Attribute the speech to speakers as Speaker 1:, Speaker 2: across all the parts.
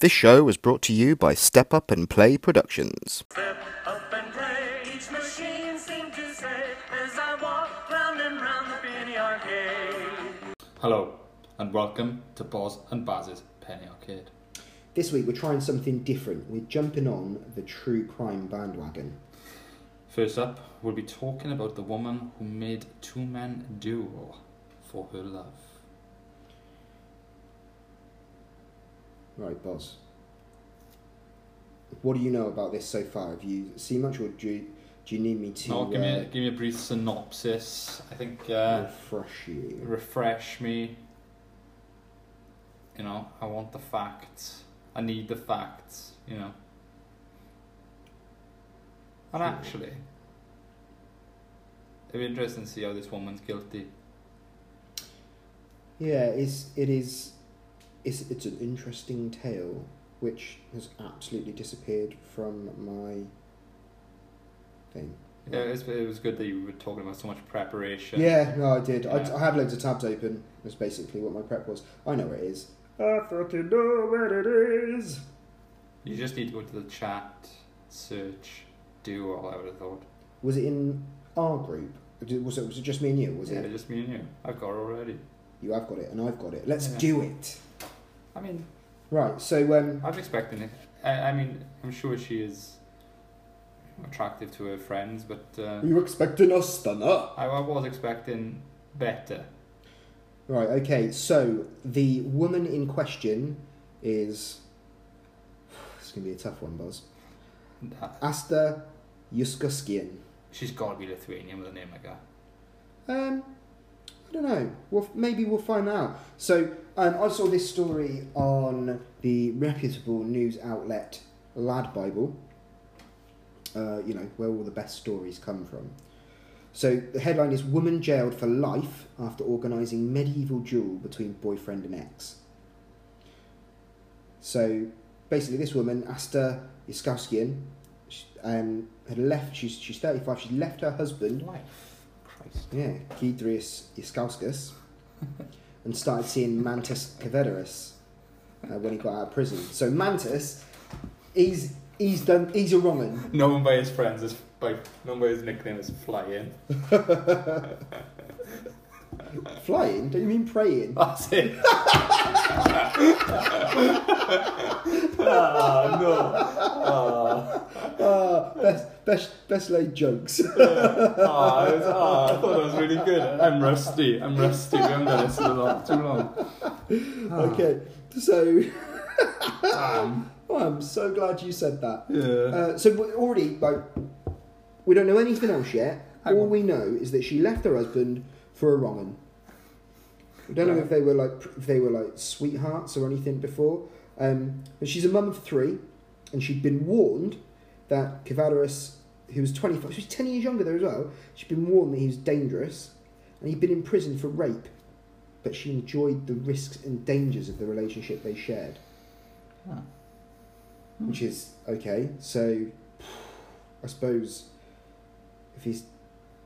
Speaker 1: This show was brought to you by Step Up and Play Productions.
Speaker 2: Step up and play. Each machine seemed to say, as I walk round and round the penny arcade.
Speaker 3: Hello, and welcome to Boz and Baz's Penny Arcade.
Speaker 4: This week we're trying something different. We're jumping on the true crime bandwagon.
Speaker 3: First up, we'll be talking about the woman who made two men duel for her love.
Speaker 4: Right, Boz. What do you know about this so far? Have you seen much, or do you, do you need me to
Speaker 3: Now, give me, a,
Speaker 4: uh,
Speaker 3: give me a brief synopsis. I think uh,
Speaker 4: refresh you?
Speaker 3: refresh me. You know, I want the facts. I need the facts. You know. And actually, it'd be interesting to see how this woman's guilty.
Speaker 4: Yeah, it's it is, it's it's an interesting tale which has absolutely disappeared from my thing.
Speaker 3: Yeah, it's, it was good that you were talking about so much preparation.
Speaker 4: Yeah, no, I did.
Speaker 3: Yeah.
Speaker 4: I, I had loads of tabs open. That's basically what my prep was. I know where it is. I thought you know where it is.
Speaker 3: You just need to go to the chat, search, do all I would have thought.
Speaker 4: Was it in our group? Did- Was it, was it just me and you? Was
Speaker 3: yeah,
Speaker 4: it?
Speaker 3: just me and you. I've got it already.
Speaker 4: You have got it, and I've got it. Let's
Speaker 3: Yeah.
Speaker 4: do it.
Speaker 3: I mean,
Speaker 4: Right. So, um,
Speaker 3: I was expecting it. I, I mean, I'm sure she is attractive to her friends, but uh,
Speaker 4: you were expecting us, stunner.
Speaker 3: I, I was expecting better.
Speaker 4: Right. Okay. So the woman in question is. It's gonna be a tough one, Buzz.
Speaker 3: Nah,
Speaker 4: Asta Yuskoskian.
Speaker 3: She's got to be Lithuanian with a name like that.
Speaker 4: Um, I don't know. We'll, maybe we'll find out. So um, I saw this story on the reputable news outlet Lad Bible. Uh, you know where all the best stories come from. So the headline is "Woman jailed for life after organising medieval duel between boyfriend and ex." So basically, this woman Asta Iskowskian, sh um, had left. She's she's thirty five. She left her husband
Speaker 3: Life. Christ.
Speaker 4: yeah, Gidrius Iskauskas, and started seeing Mantis Cavederus uh, when he got out of prison. So Mantis, he's he's done he's a wrong 'un.
Speaker 3: Known by his friends as by known by his nickname as Flying.
Speaker 4: Flying? Don't you mean praying?
Speaker 3: That's it. ah, no.
Speaker 4: Ah, best best best laid jokes.
Speaker 3: Ah, ah, it was, ah, I thought it was really good. I'm rusty. I'm rusty. We haven't done this in a lot, too long.
Speaker 4: okay, so
Speaker 3: Damn.
Speaker 4: oh, I'm so glad you said that.
Speaker 3: Yeah.
Speaker 4: Uh, so we're already like we don't know anything else yet.
Speaker 3: Hang
Speaker 4: All
Speaker 3: on.
Speaker 4: we know is that she left her husband for a wrong 'un. We don't know
Speaker 3: Right.
Speaker 4: if they were like if they were like sweethearts or anything before. Um, but she's a mum of three, and she'd been warned that Cavadarus, who was twenty five, she was ten years younger there as well. She'd been warned that he was dangerous, and he'd been in prison for rape. But she enjoyed the risks and dangers of the relationship they shared which is okay. So, I suppose if he's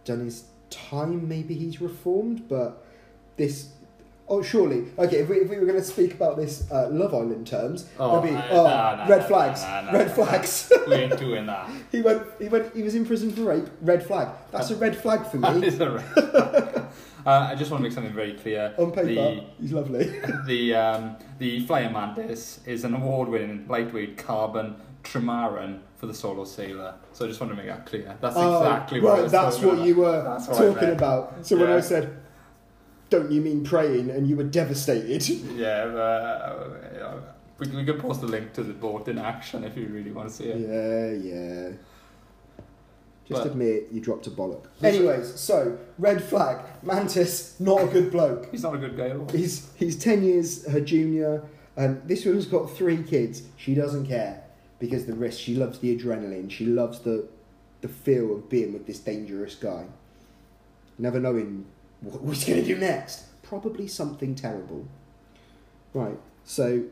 Speaker 4: done his time, maybe he's reformed. But this, oh, surely, okay. If we, if we were going to speak about this uh, Love Island terms,
Speaker 3: Oh,
Speaker 4: there'd be
Speaker 3: uh,
Speaker 4: oh,
Speaker 3: nah, nah,
Speaker 4: red
Speaker 3: nah,
Speaker 4: flags,
Speaker 3: nah, nah,
Speaker 4: red
Speaker 3: nah.
Speaker 4: flags.
Speaker 3: We ain't doing that.
Speaker 4: he went, he went, he was in prison for rape. Red flag. That's a red flag for
Speaker 3: That
Speaker 4: me.
Speaker 3: is a red- uh, I just want to make something very clear.
Speaker 4: On paper,
Speaker 3: The,
Speaker 4: he's lovely.
Speaker 3: the, um, the Flying Mantis is an award winning lightweight carbon trimaran for the solo sailor. So I just want to make that clear. That's exactly
Speaker 4: oh,
Speaker 3: what I
Speaker 4: right.
Speaker 3: was
Speaker 4: That's
Speaker 3: talking
Speaker 4: what
Speaker 3: about.
Speaker 4: you were
Speaker 3: That's what I
Speaker 4: talking
Speaker 3: meant.
Speaker 4: about. So when
Speaker 3: Yeah.
Speaker 4: I said, "Don't you mean praying?" and you were devastated.
Speaker 3: Yeah, but, uh, we, we can post a link to the boat in action if you really want to see it.
Speaker 4: Yeah, yeah. Just
Speaker 3: But-
Speaker 4: admit you dropped a bollock.
Speaker 3: This-
Speaker 4: Anyways, so red flag, Mantis, not a good bloke.
Speaker 3: He's not a good guy at all.
Speaker 4: He's he's ten years her junior. Um, this woman's got three kids. She doesn't care because the risk. She loves the adrenaline. She loves the the feel of being with this dangerous guy. Never knowing what, what he's going to do next. Probably something terrible. Right. So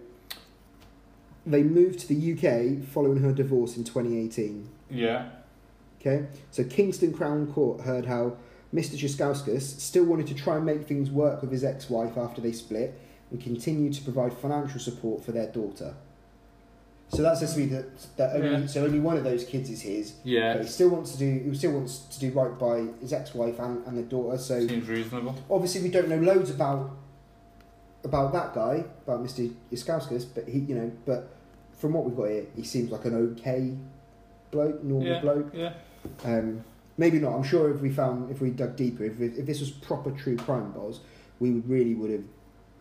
Speaker 4: they moved to the UK following her divorce in 2018.
Speaker 3: Yeah.
Speaker 4: Okay, so Kingston Crown Court heard how Mr. Jaskauskas still wanted to try and make things work with his ex wife after they split and continue to provide financial support for their daughter. So that's supposed to be that. That only,
Speaker 3: Yeah.
Speaker 4: so only one of those kids is his. But
Speaker 3: Yeah,
Speaker 4: he still wants to do. He still wants to do right by his ex-wife and, and the daughter. So
Speaker 3: seems reasonable.
Speaker 4: obviously we don't know loads about about that guy, about Mr. Yaskauskas, but he, you know, but from what we've got here, he seems like an okay bloke, normal
Speaker 3: Yeah,
Speaker 4: bloke.
Speaker 3: yeah.
Speaker 4: Um, maybe not. I'm sure if we found, if we dug deeper, if if this was proper true crime balls, we would really would have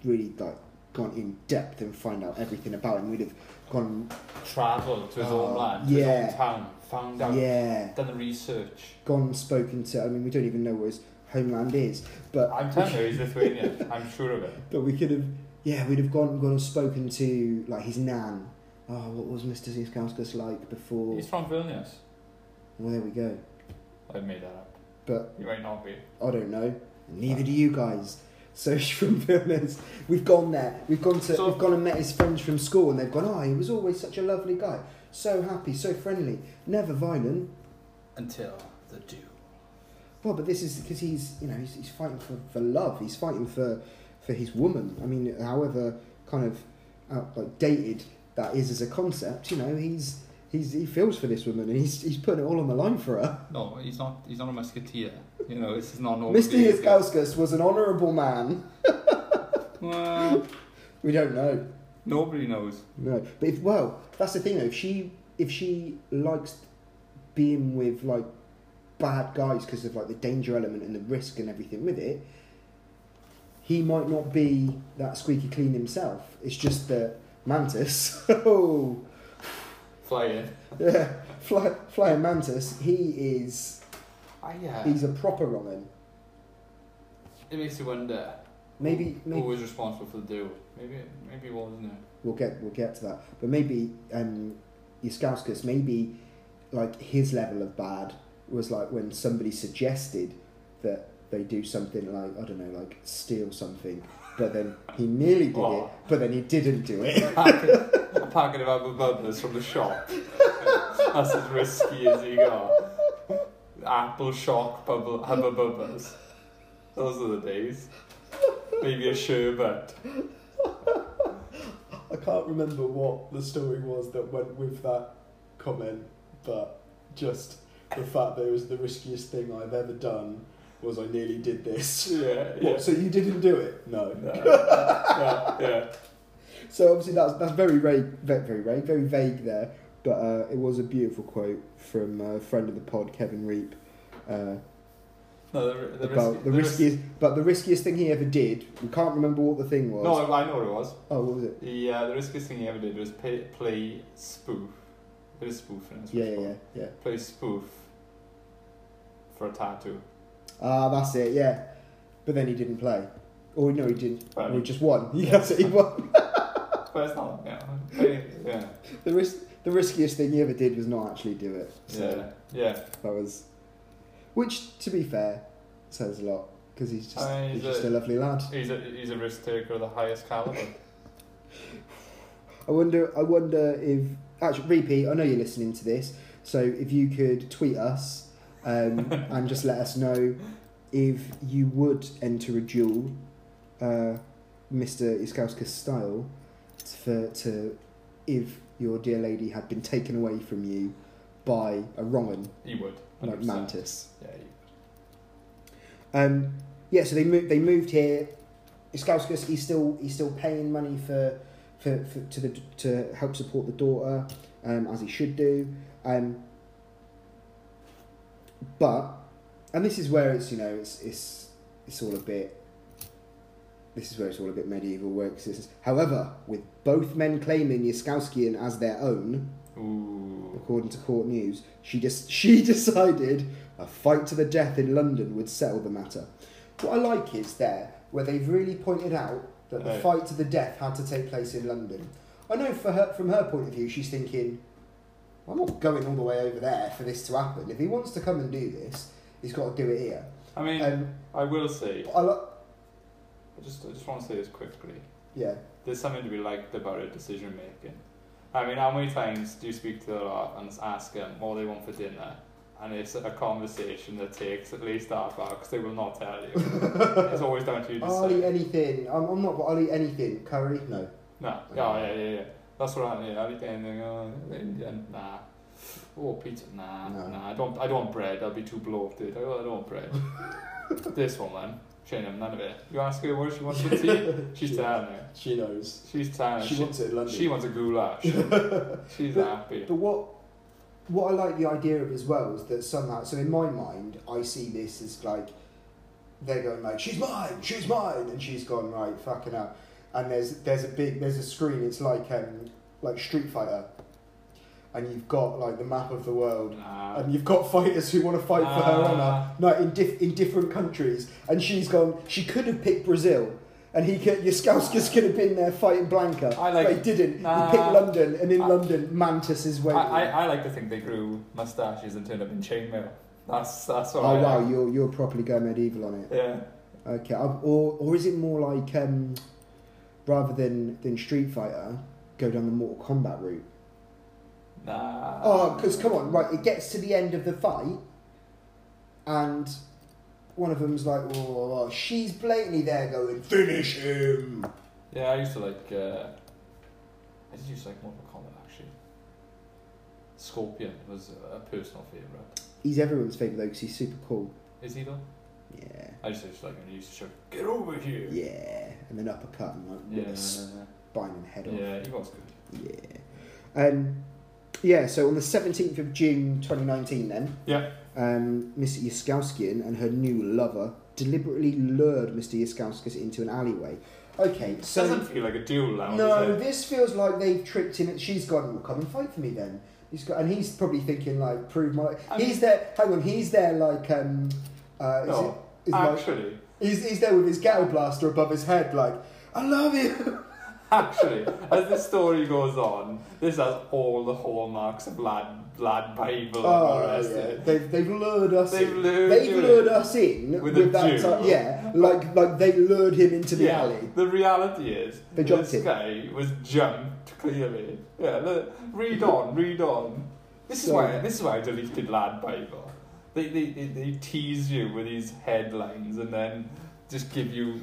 Speaker 4: really like gone in depth and find out everything about him. We'd have gone,
Speaker 3: Travelled to his
Speaker 4: Oh,
Speaker 3: own land, to his
Speaker 4: yeah.
Speaker 3: own town, found out,
Speaker 4: yeah,
Speaker 3: done the research.
Speaker 4: gone spoken to. I mean, we don't even know where his homeland is, but
Speaker 3: I'm telling you, he's Lithuanian. I'm sure of it.
Speaker 4: But we could have, yeah, we'd have gone, gone and spoken to like his nan. Oh, what was Mr. Ziskauskas like before?
Speaker 3: He's from Vilnius.
Speaker 4: Well, there we go.
Speaker 3: I made that up.
Speaker 4: But
Speaker 3: He might not be.
Speaker 4: I don't know. Neither do you guys. So he's from Vilnius, we've gone there. We've gone to,
Speaker 3: So-
Speaker 4: we've gone and met his friends from school, and they've gone. Oh, he was always such a lovely guy. So happy, so friendly, never violent.
Speaker 3: Until the duel.
Speaker 4: Well, but this is because he's, you know, he's, he's fighting for, for love. He's fighting for, for his woman. I mean, however kind of out, like dated that is as a concept, you know, he's he's he feels for this woman and he's he's putting it all on the line for her.
Speaker 3: No, he's not. He's not a musketeer. You know, this is not normal.
Speaker 4: Mr. Hiskauskas was an honourable man.
Speaker 3: Well,
Speaker 4: We don't know,
Speaker 3: nobody knows.
Speaker 4: no. But if well, that's the thing though. If she if she likes being with like bad guys because of like the danger element and the risk and everything with it, he might not be that squeaky clean himself. It's just that mantis, oh
Speaker 3: Fly in.
Speaker 4: yeah, fly, flying mantis. He is
Speaker 3: Ah, yeah.
Speaker 4: he's a proper Roman.
Speaker 3: It makes you wonder
Speaker 4: Maybe,
Speaker 3: who
Speaker 4: maybe
Speaker 3: was responsible for the duel. Maybe, maybe it wasn't it.
Speaker 4: we'll get we'll get to that. But maybe um, Yaskauskas, maybe like his level of bad was like when somebody suggested that they do something like I don't know, like steal something, but then he nearly did it,
Speaker 3: Oh.
Speaker 4: but then he didn't do it.
Speaker 3: packet, a packet of Abu Bubbas from the shop. That's as risky as you got. Apple shock bubble Hubba Bubbas. Those are the days. Maybe a sherbet.
Speaker 5: I can't remember what the story was that went with that comment, but just the fact that it was the riskiest thing I've ever done was I nearly did this.
Speaker 3: Yeah, yeah.
Speaker 5: What, so you didn't do it? No.
Speaker 3: No, yeah, yeah.
Speaker 4: So obviously that's that's very vague, very very vague, very vague there. But uh, it was a beautiful quote from a friend of the pod, Kevin Reap. Uh,
Speaker 3: No, the, the,
Speaker 4: about
Speaker 3: risky,
Speaker 4: the, riskiest, but the riskiest thing he ever did. We can't remember what the thing was.
Speaker 3: No, I, I know what it was.
Speaker 4: Oh, what was it?
Speaker 3: The uh, the riskiest thing he ever did was pay, play spoof. It is spoof in it.
Speaker 4: Yeah, yeah, yeah, yeah.
Speaker 3: Play spoof for a tattoo.
Speaker 4: Ah, that's it, yeah. But then he didn't play. Or no, he didn't.
Speaker 3: Well,
Speaker 4: or he just won.
Speaker 3: yeah.
Speaker 4: That's it, he won.
Speaker 3: But it's not, you know, playing- yeah.
Speaker 4: the, risk, the riskiest thing he ever did was not actually do it.
Speaker 3: Yeah, yeah.
Speaker 4: That was. Which, to be fair, says a lot. Because he's just,
Speaker 3: I mean,
Speaker 4: he's
Speaker 3: he's
Speaker 4: just
Speaker 3: a-
Speaker 4: a lovely lad.
Speaker 3: He's a he's a risk taker of the highest caliber.
Speaker 4: I wonder. I wonder if actually repeat. I know you're listening to this, so if you could tweet us um, and just let us know if you would enter a duel, uh, Mister Iskowska style, for to if your dear lady had been taken away from you by a wrong'un
Speaker 3: He would.
Speaker 4: like
Speaker 3: 100%.
Speaker 4: Mantis.
Speaker 3: Yeah, he,
Speaker 4: Um, yeah, so they moved. They moved here. Iskauskas, he's still he's still paying money for, for, for to the to help support the daughter, um, as he should do. Um, but, and this is where it's you know it's it's it's all a bit. This is where it's all a bit medieval works. This is, however, with both men claiming Yaskowskian as their own,
Speaker 3: ooh.
Speaker 4: according to court news, she just she decided a fight to the death in London would settle the matter. What I like is there where they've really pointed out that the
Speaker 3: Right.
Speaker 4: fight to the death had to take place in London. I know for her from her point of view, she's thinking, I'm not going all the way over there for this to happen. If he wants to come and do this, he's got to do it here.
Speaker 3: I mean,
Speaker 4: Um,
Speaker 3: I will say.
Speaker 4: I like,
Speaker 3: I just I just want to say this quickly.
Speaker 4: yeah,
Speaker 3: There's something to be liked about her decision making. I mean, how many times do you speak to the lot and ask them what they want for dinner? And it's a conversation that takes at least half hour because they will not tell you. it's always down to you to
Speaker 4: I'll eat
Speaker 3: say.
Speaker 4: anything. I'm, I'm not. I'll eat anything. Curry, no.
Speaker 3: No, yeah, yeah, yeah, yeah. That's what I need. Every day I'm thinking, oh, Indian, nah. Oh, pizza, nah,
Speaker 4: No.
Speaker 3: nah. I don't, I don't want bread. I'll be too bloated. I, I don't want bread. this woman, she ain't having none of it. You ask her what she wants for tea, she's telling you.
Speaker 5: She knows.
Speaker 3: She's telling
Speaker 5: She,
Speaker 3: you.
Speaker 5: wants it in London.
Speaker 3: She wants a goulash. She's
Speaker 4: But-
Speaker 3: happy.
Speaker 4: But what what I like the idea of as well is that somehow, so in my mind, I see this as like they're going like she's mine, she's mine, and she's gone right, fucking up. And there's there's a big there's a screen. It's like um like Street Fighter, and you've got like the map of the world.
Speaker 3: Nah.
Speaker 4: And you've got fighters who want to fight for her
Speaker 3: Ah.
Speaker 4: honour, no, in, diff- in different countries. And she's gone. She could have picked Brazil, and he could, Yaskowskis could have been there fighting Blanca.
Speaker 3: I like-
Speaker 4: but he didn't.
Speaker 3: Nah.
Speaker 4: he picked London, and in
Speaker 3: I-
Speaker 4: London, Mantis is
Speaker 3: I,
Speaker 4: waiting.
Speaker 3: I, I like to think they grew mustaches and turned up in chainmail. That's that's what
Speaker 4: oh
Speaker 3: I
Speaker 4: wow,
Speaker 3: like.
Speaker 4: you're you're properly going medieval on it.
Speaker 3: Yeah.
Speaker 4: Okay, i or or is it more like um, rather than than Street Fighter, go down the Mortal Kombat route?
Speaker 3: Nah.
Speaker 4: Oh, because come on, right? It gets to the end of the fight, and one of them's like, "Whoa, whoa, whoa," she's blatantly there going, "Finish him."
Speaker 3: Yeah, I used to like. Uh, I did used to like Mortal Kombat actually. Scorpion was a personal favorite.
Speaker 4: He's everyone's favorite though, because he's super cool.
Speaker 3: Is he though?
Speaker 4: Yeah,
Speaker 3: I just used to like him. He used to shout, "Get over here!"
Speaker 4: yeah, and then uppercut and like
Speaker 3: Yeah.
Speaker 4: with a spine and head off.
Speaker 3: Yeah, he was good.
Speaker 4: Yeah. Um, yeah, so on the 17th of June 2019, then,
Speaker 3: Yeah.
Speaker 4: um, Miss Yaskowskian and her new lover deliberately lured Mr. Yaskowskis into an alleyway. Okay, so.
Speaker 3: Doesn't feel like a duel now.
Speaker 4: no,
Speaker 3: Does it?
Speaker 4: this feels like they've tricked him. and She's gone, well, come and fight for me then. He's got, and he's probably thinking, like, prove my.
Speaker 3: I
Speaker 4: he's
Speaker 3: mean-
Speaker 4: there, hang on, he's there, like, um. Uh, is
Speaker 3: No,
Speaker 4: it, is like,
Speaker 3: Actually,
Speaker 4: he's, he's there with his ghetto blaster above his head, like, I love you!
Speaker 3: actually, as the story goes on, this has all the hallmarks of lad lad Bible and all the
Speaker 4: Oh,
Speaker 3: rest
Speaker 4: yeah.
Speaker 3: of it.
Speaker 4: They've, they've lured us
Speaker 3: They've
Speaker 4: in.
Speaker 3: lured
Speaker 4: they've
Speaker 3: you
Speaker 4: lured
Speaker 3: in.
Speaker 4: us in with,
Speaker 3: With a
Speaker 4: that
Speaker 3: Jew.
Speaker 4: type- yeah, like like they lured him into the alley.
Speaker 3: The reality is,
Speaker 4: They jumped
Speaker 3: this
Speaker 4: him.
Speaker 3: guy was jumped clearly. Yeah, look, read on, read on. This is
Speaker 4: So-
Speaker 3: why this is why I deleted Lad Bible. They they, they they tease you with these headlines and then just give you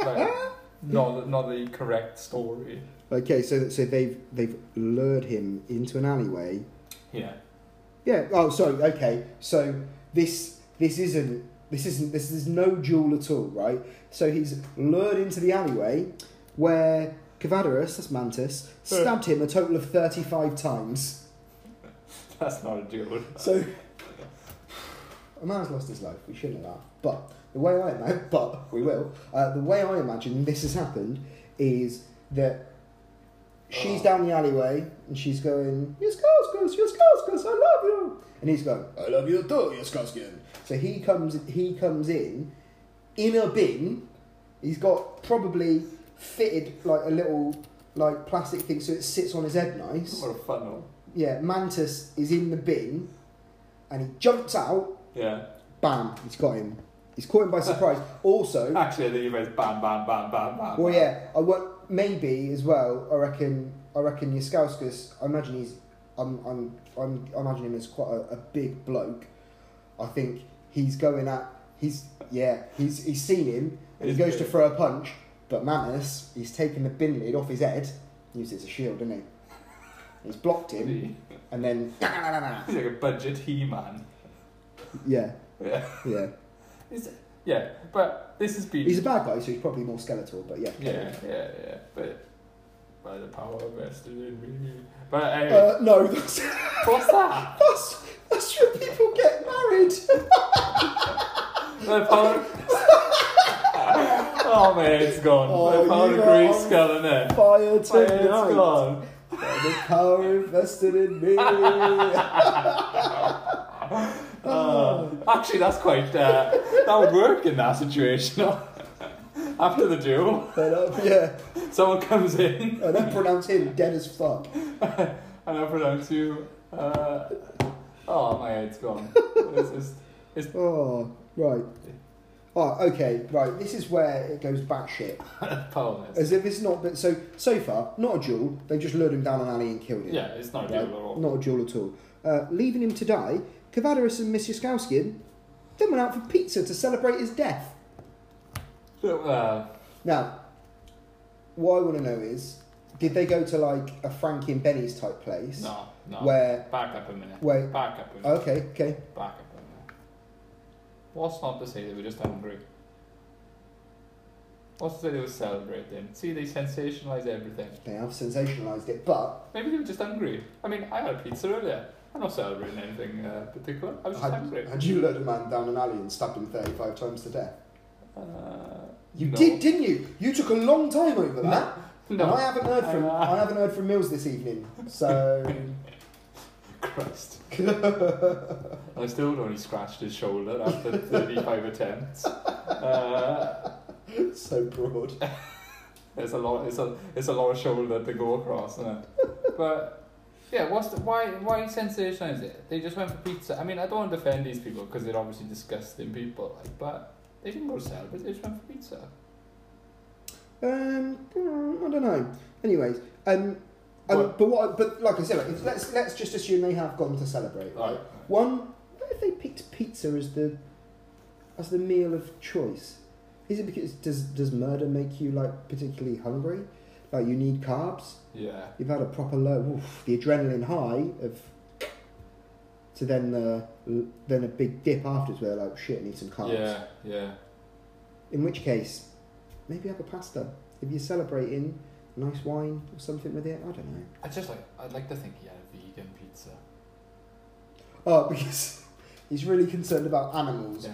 Speaker 3: like not not the correct story.
Speaker 4: Okay, so so they've they've lured him into an alleyway.
Speaker 3: Yeah,
Speaker 4: Yeah. Oh, sorry. Okay, so this this isn't this isn't this is no duel at all, right? So he's lured into the alleyway where Cavadarus, that's Mantis, stabbed him a total of thirty-five times.
Speaker 3: that's not a duel.
Speaker 4: So a man's lost his life. We shouldn't laugh, but the way I imagine, but we will. Uh, the way I imagine this has happened is that she's down the alleyway and she's going, "Yaskowskis, Yaskowskis, I love you," and he's going, "I love you too, Yaskowskin." So he comes, he comes in, in a bin. He's got probably fitted like a little like plastic thing, so it sits on his head nice
Speaker 3: What a funnel.
Speaker 4: yeah, Mantis is in the bin, and he jumps out.
Speaker 3: Yeah,
Speaker 4: Bam! He's got him. He's caught him by surprise. also,
Speaker 3: actually, I think you went bam, bam, bam, bam, bam.
Speaker 4: well,
Speaker 3: bam.
Speaker 4: yeah, I want maybe as well. I reckon. I reckon Yaskauskas. I imagine he's. I'm. I'm. I'm I imagine him as quite a, a big bloke. I think he's going at. He's yeah. He's he's seen him and
Speaker 3: He's
Speaker 4: he goes to
Speaker 3: big.
Speaker 4: throw a punch, but Mantis he's taken the bin lid off his head, used it as a shield, didn't he? He's blocked him and then
Speaker 3: He's like a budget he-man.
Speaker 4: yeah
Speaker 3: Yeah,
Speaker 4: yeah.
Speaker 3: It's- yeah, but this has been
Speaker 4: He's a bad guy, so he's probably more skeletal, but yeah.
Speaker 3: Yeah, yeah, yeah. But by the power vested in me. But anyway,
Speaker 4: Uh, no, that's,
Speaker 3: what's that?
Speaker 4: that's, that's where people get married.
Speaker 3: The power. oh my head's gone.
Speaker 4: Oh,
Speaker 3: the power
Speaker 4: you
Speaker 3: of
Speaker 4: are
Speaker 3: grayscale in there.
Speaker 4: Fire
Speaker 3: My head's
Speaker 4: tonight.
Speaker 3: gone.
Speaker 4: By the power invested in me. Oh.
Speaker 3: Uh, actually, that's quite. Uh, that would work in that situation. After the duel,
Speaker 4: But, uh, yeah,
Speaker 3: someone comes in
Speaker 4: and I pronounce him dead as fuck.
Speaker 3: and I pronounce you. Uh, oh, my head's gone. It's just,
Speaker 4: Oh, right. Oh, okay, right. This is where it goes batshit.
Speaker 3: powerless.
Speaker 4: As if it's not, but so so far, not a duel. They just lured him down an alley and killed him.
Speaker 3: Yeah, it's not a
Speaker 4: Right?
Speaker 3: duel at all.
Speaker 4: Not a duel at all. Uh, leaving him to die, Cavadarus and Miss Yaskowskian then went out for pizza to celebrate his death.
Speaker 3: Uh,
Speaker 4: Now, what I want to know is Did they go to like a Frankie and Benny's type place?
Speaker 3: No, no.
Speaker 4: Where?
Speaker 3: Back up a minute.
Speaker 4: Wait.
Speaker 3: Back up a
Speaker 5: uh,
Speaker 3: minute.
Speaker 4: Okay, okay.
Speaker 3: Back up a minute. What's not to say they were just hungry? What's to say they were celebrating? See, they sensationalise everything.
Speaker 4: They have sensationalised it, but
Speaker 3: Maybe they were just hungry. I mean, I had a pizza earlier. I'm not celebrating anything uh, particular. I was just
Speaker 5: Had,
Speaker 3: hungry.
Speaker 5: had you led a man down an alley and stabbed him 35 times to death?
Speaker 3: Uh,
Speaker 4: you
Speaker 3: no.
Speaker 4: did, didn't you? You took a long time over
Speaker 5: No.
Speaker 4: that.
Speaker 3: No.
Speaker 4: And I haven't heard from
Speaker 3: Uh.
Speaker 4: I haven't heard from Mills this evening. So
Speaker 3: Christ. I still only scratched his shoulder after 35 attempts. Uh,
Speaker 5: so broad.
Speaker 3: it's a lot. It's a it's a lot of shoulder to go across, isn't it? But yeah, what's the, why why sensation is it? They just went for pizza. I mean, I don't want to defend these people because they're obviously disgusting people. Like, but they didn't go to celebrate. They just went for pizza.
Speaker 4: Um, mm, I don't know. Anyways, um, um,
Speaker 3: What?
Speaker 4: but what? But like I said, like, if- let's let's just assume they have gone to celebrate.
Speaker 3: Right.
Speaker 4: One, what if they picked pizza as the as the meal of choice? Is it because does does murder make you like particularly hungry? Like you need carbs.
Speaker 3: Yeah.
Speaker 4: You've had a proper low. Oof, the adrenaline high of to then uh, l- then a big dip afterwards where they're like "Oh, shit, I need some carbs.
Speaker 3: Yeah. Yeah.
Speaker 4: In which case, maybe have a pasta. If you're celebrating, nice wine or something with it. I don't know.
Speaker 3: I just like I'd like to think he had a vegan pizza.
Speaker 4: Oh, because he's really concerned about animals,
Speaker 3: Yeah.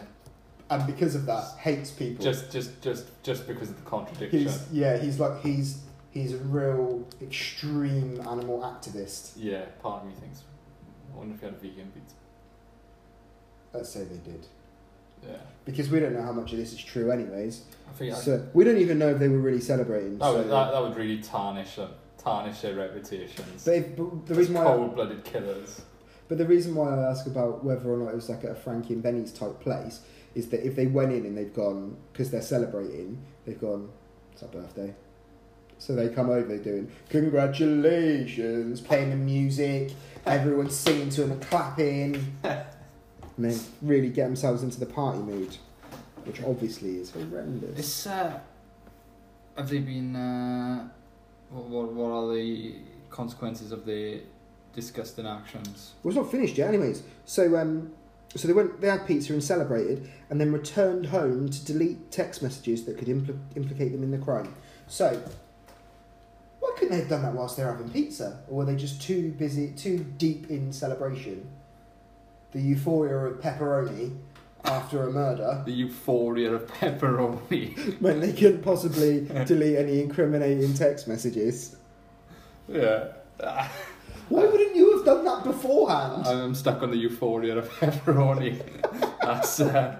Speaker 4: and because of that, hates people.
Speaker 3: Just just just just because of the contradiction.
Speaker 5: He's, yeah, he's like, he's, he's a real extreme animal activist.
Speaker 3: Yeah, part of me thinks. I wonder if he had a vegan pizza.
Speaker 5: Let's say they did.
Speaker 3: Yeah.
Speaker 4: because we don't know how much of this is true, anyways.
Speaker 3: I think I,
Speaker 4: So we don't even know if they were really celebrating.
Speaker 3: that,
Speaker 4: so.
Speaker 3: would, Oh, that, that would really tarnish them, tarnish their reputations.
Speaker 4: but, if, but the
Speaker 3: As
Speaker 4: reason why, I,
Speaker 3: cold-blooded killers.
Speaker 4: but the reason why I ask about whether or not it was like at a Frankie and Benny's type place is that if they went in and they've gone because they're celebrating, they've gone. It's our birthday, so they come over doing congratulations,
Speaker 5: Playing the music, everyone's singing to him and clapping.
Speaker 4: and then really get themselves into the party mood, which obviously is horrendous.
Speaker 6: It's uh, have they been? Uh, what, what what are the consequences of their disgusting actions?
Speaker 4: Well, it's not finished yet, anyways. So, um, so they went, they had pizza and celebrated, and then returned home to delete text messages that could impl- implicate them in the crime.
Speaker 5: So, why couldn't they have done that whilst they're having pizza? Or were they just too busy, too deep in celebration? The euphoria of pepperoni after a murder.
Speaker 6: The euphoria of pepperoni.
Speaker 4: When they couldn't possibly delete any incriminating text messages.
Speaker 6: yeah.
Speaker 5: Why wouldn't you have done that beforehand?
Speaker 6: I'm stuck on the euphoria of pepperoni. That's uh,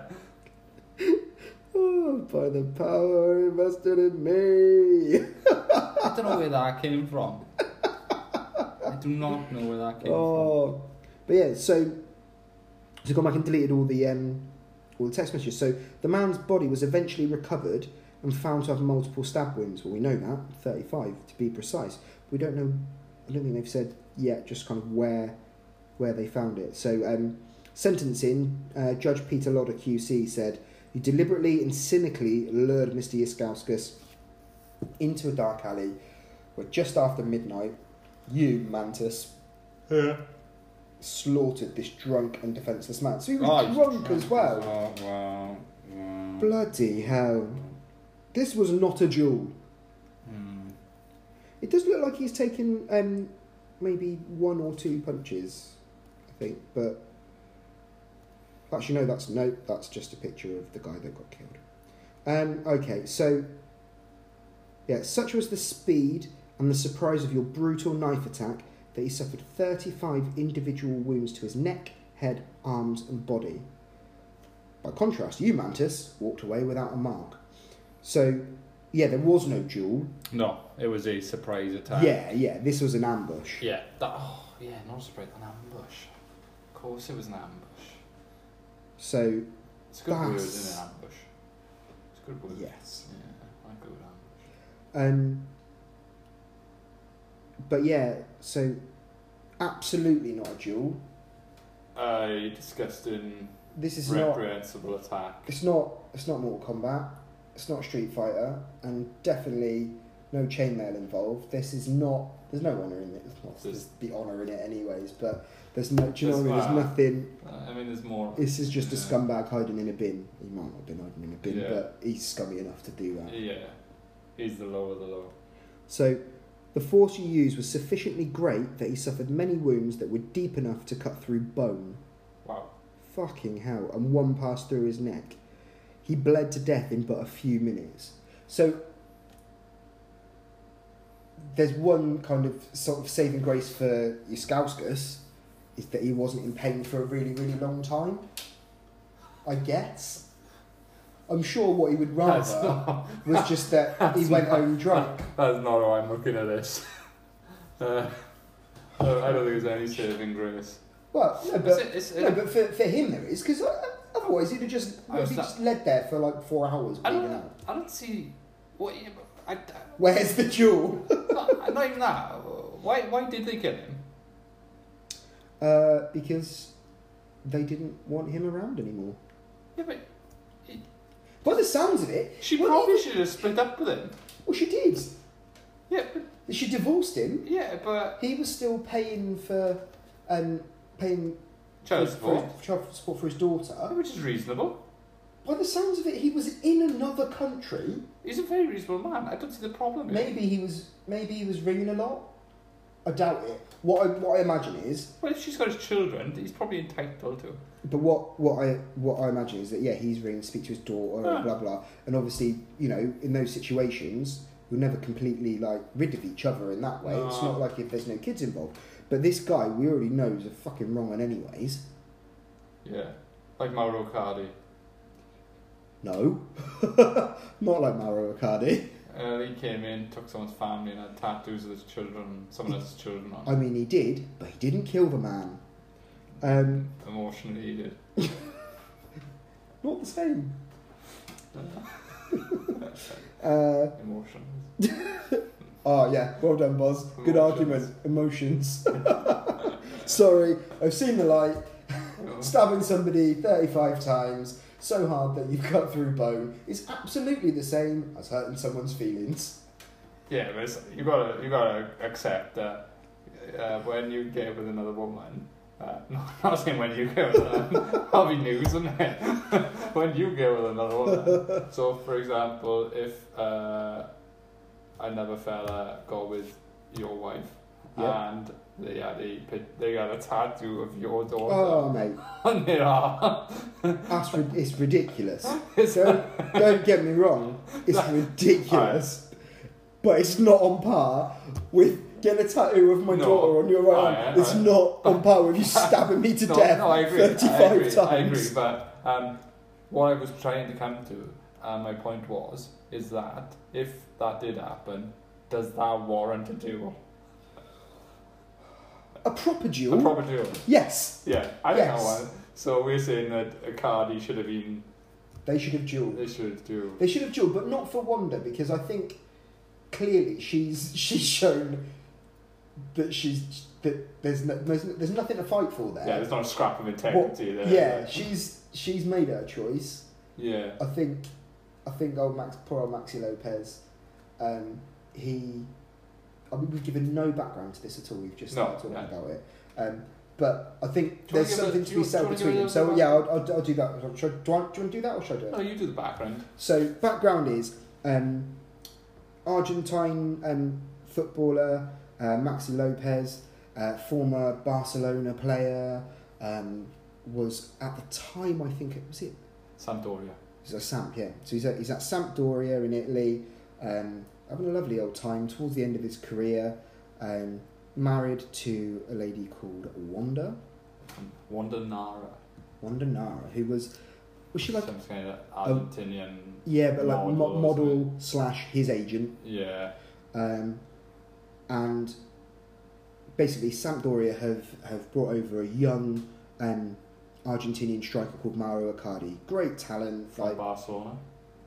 Speaker 4: Oh, by the power invested in me.
Speaker 6: I don't know where that came from. I do not know where that came
Speaker 4: Oh, but yeah. So, so gone back and deleted all the um, all the text messages. So the man's body was eventually recovered and found to have multiple stab wounds. Well, we know that thirty-five to be precise. We don't know. I don't think they've said yet. Just kind of where where they found it. So um, sentencing uh, Judge Peter Lodder QC said he deliberately and cynically lured Mr. Yaskauskas into a dark alley. Where just after midnight, you Mantis
Speaker 6: from. Yeah.
Speaker 4: slaughtered this drunk and defenceless man. So he was
Speaker 6: Oh, he's
Speaker 4: drunk as well.
Speaker 6: Oh, Wow, wow.
Speaker 4: Bloody hell. This was not a duel.
Speaker 6: Hmm.
Speaker 4: It does look like he's taken um, maybe one or two punches, I think, but. Actually, no, that's nope, that's just a picture of the guy that got killed. Um, okay, so. Yeah, such was the speed and the surprise of your brutal knife attack that he suffered 35 individual wounds to his neck, head, arms, and body. By contrast, you, Mantis, walked away without a mark. So, yeah, there was no duel.
Speaker 6: No, it was a surprise attack.
Speaker 4: Yeah, yeah, this was an ambush.
Speaker 6: Yeah. That, oh, yeah, not a surprise, an ambush. Of course it was an ambush.
Speaker 4: So,
Speaker 6: It's a good word,
Speaker 4: That's-
Speaker 6: isn't it, ambush? It's a good word.
Speaker 4: yes.
Speaker 6: Yeah, I go with ambush.
Speaker 4: Um, but yeah, so absolutely not a duel.
Speaker 3: A disgusting,
Speaker 4: This is not.
Speaker 3: reprehensible attack.
Speaker 4: It's not. It's not Mortal Kombat. It's not Street Fighter, and definitely no chainmail involved. This is not. There's no honour in it. Well,
Speaker 3: There's-
Speaker 4: there's the honour in it, anyways. But there's no. Do you know
Speaker 3: There's
Speaker 4: what I mean?
Speaker 3: that.
Speaker 4: There's nothing.
Speaker 3: Uh, I mean, there's more.
Speaker 4: This is just a
Speaker 3: Yeah.
Speaker 4: scumbag hiding in a bin. He might not have been hiding in a bin,
Speaker 3: Yeah.
Speaker 4: but he's scummy enough to do that.
Speaker 3: Yeah, he's the lower of the low.
Speaker 4: So, the force you used was sufficiently great that he suffered many wounds that were deep enough to cut through bone.
Speaker 3: Wow.
Speaker 4: Fucking hell. And one passed through his neck. He bled to death in but a few minutes. So, there's one kind of sort of saving grace for Euskauskas is that he wasn't in pain for a really, really long time. I guess. I'm sure what he would
Speaker 3: That's
Speaker 4: rather
Speaker 3: not.
Speaker 4: was just that he
Speaker 3: That's
Speaker 4: went
Speaker 3: not-
Speaker 4: home drunk.
Speaker 3: That's not how I'm looking at this. Uh, I don't I don't think there's any saving grace.
Speaker 4: Well, no, but
Speaker 6: It's, it's,
Speaker 4: No, but for, for him there is because otherwise he'd have just
Speaker 6: I was
Speaker 4: he'd
Speaker 6: not-
Speaker 4: just led there for like four hours
Speaker 6: I
Speaker 4: bleeding
Speaker 6: don't.
Speaker 4: out.
Speaker 6: I don't see. What? yeah, but I,
Speaker 4: Where's the jewel?
Speaker 6: I- not, not even that. Why? Why did they kill him?
Speaker 4: Uh, because they didn't want him around anymore.
Speaker 6: Yeah, but
Speaker 4: By the sounds of it,
Speaker 6: she
Speaker 4: well,
Speaker 6: probably
Speaker 4: even-
Speaker 6: should have split up with him.
Speaker 4: well she did.
Speaker 6: Yeah, but,
Speaker 4: She divorced him.
Speaker 6: yeah, but
Speaker 4: He was still paying for um paying
Speaker 3: Child
Speaker 4: for-
Speaker 3: support,
Speaker 4: for, his- child support for his daughter.
Speaker 3: which is reasonable.
Speaker 4: By the sounds of it, he was in another country.
Speaker 6: he's a very reasonable man. I don't see the problem. here.
Speaker 4: Maybe he was maybe he was ringing a lot. I doubt it. What I, what I imagine is
Speaker 6: Well, if she's got his children, he's probably entitled to.
Speaker 4: But what, what I what I imagine is that yeah, he's ringing to speak to his daughter
Speaker 6: Ah.
Speaker 4: and blah blah. And obviously, you know, in those situations, you're never completely like rid of each other in that way. It's
Speaker 3: No.
Speaker 4: not like if there's no kids involved. But this guy, we already know, is a fucking wrong one, anyways.
Speaker 3: Yeah, like Mauro Cardi.
Speaker 4: No, not like Mauro Icardi.
Speaker 3: Uh, he came in, took someone's family and had tattoos of his children, someone else's children on.
Speaker 4: I mean, he did, but he didn't kill the man. Um,
Speaker 3: Emotionally, he did.
Speaker 4: not the same. Uh,
Speaker 3: Emotions.
Speaker 4: Oh yeah, well done, Boz. Good
Speaker 3: Emotions.
Speaker 4: argument. Emotions. Sorry, I've seen the light. Stabbing somebody 35 times so hard that you've cut through bone is absolutely the same as hurting someone's feelings.
Speaker 3: Yeah, but it's, you gotta you gotta accept that uh, when you get with another woman. Uh, not, not saying when you get with another, that'll be news, isn't it? when you get with another woman. So, for example, if uh, another fella got with your wife
Speaker 4: Yeah.
Speaker 3: and they had a pic- they got a tattoo of your
Speaker 4: Oh,
Speaker 3: daughter
Speaker 4: mate,
Speaker 3: on their arm,
Speaker 4: that's ri- it's ridiculous.
Speaker 3: it's
Speaker 4: Don't, don't get me wrong, it's ridiculous. But it's not on par with getting a tattoo of my
Speaker 3: No.
Speaker 4: daughter on your arm.
Speaker 3: Alright,
Speaker 4: it's
Speaker 3: alright.
Speaker 4: not on par with you stabbing me to
Speaker 3: no,
Speaker 4: death
Speaker 3: No, I agree.
Speaker 4: 35
Speaker 3: I agree,
Speaker 4: times.
Speaker 3: I agree. But um, what I was trying to come to, and my point was, is that if that did happen, does that warrant a duel?
Speaker 4: A proper
Speaker 3: A
Speaker 4: duel?
Speaker 3: proper duel?
Speaker 4: yes,
Speaker 3: Yeah, I don't
Speaker 4: Yes.
Speaker 3: know why. So we're saying that Icardi should have been
Speaker 4: they should have duelled.
Speaker 3: issued to.
Speaker 4: They should have duelled, but not for Wanda because I think clearly she's she's shown that she's that there's no, there's, there's nothing to fight for there.
Speaker 3: Yeah, there's not a scrap of
Speaker 4: What-
Speaker 3: integrity there.
Speaker 4: yeah, she's she's made her choice.
Speaker 3: yeah.
Speaker 4: I think I think old Max poor old Maxi Lopez, um, he I mean we've given no background to this at all. We've just
Speaker 3: No,
Speaker 4: started talking
Speaker 3: yeah.
Speaker 4: about it. Um, but I think
Speaker 3: Do you wanna
Speaker 4: there's
Speaker 3: give a-
Speaker 4: something
Speaker 3: do
Speaker 4: to
Speaker 3: you-
Speaker 4: be
Speaker 3: do you
Speaker 4: said
Speaker 3: wanna give a
Speaker 4: between them.
Speaker 3: little
Speaker 4: So
Speaker 3: bit
Speaker 4: yeah, I'll, I'll, I'll do that. Should- do, I, do you want to do that or should I do it?
Speaker 3: No, you do the background.
Speaker 4: So background is um, Argentine um, footballer uh, Maxi Lopez, uh, former Barcelona player, um, was at the time I think it was it
Speaker 3: Sampdoria.
Speaker 4: He's at Samp, yeah. So he's at, he's at Sampdoria in Italy, um, having a lovely old time towards the end of his career. Um, married to a lady called Wanda,
Speaker 3: Um, Wanda Nara.
Speaker 4: Wanda Nara, who was, was she like,
Speaker 3: Some kind of Argentinian.
Speaker 4: yeah, but like
Speaker 3: model
Speaker 4: mo-
Speaker 3: or
Speaker 4: model slash his agent.
Speaker 3: Yeah.
Speaker 4: um, and basically Sampdoria have, have brought over a young um, Argentinian striker called Mauro Icardi. Great talent,
Speaker 3: From
Speaker 4: like
Speaker 3: Barcelona.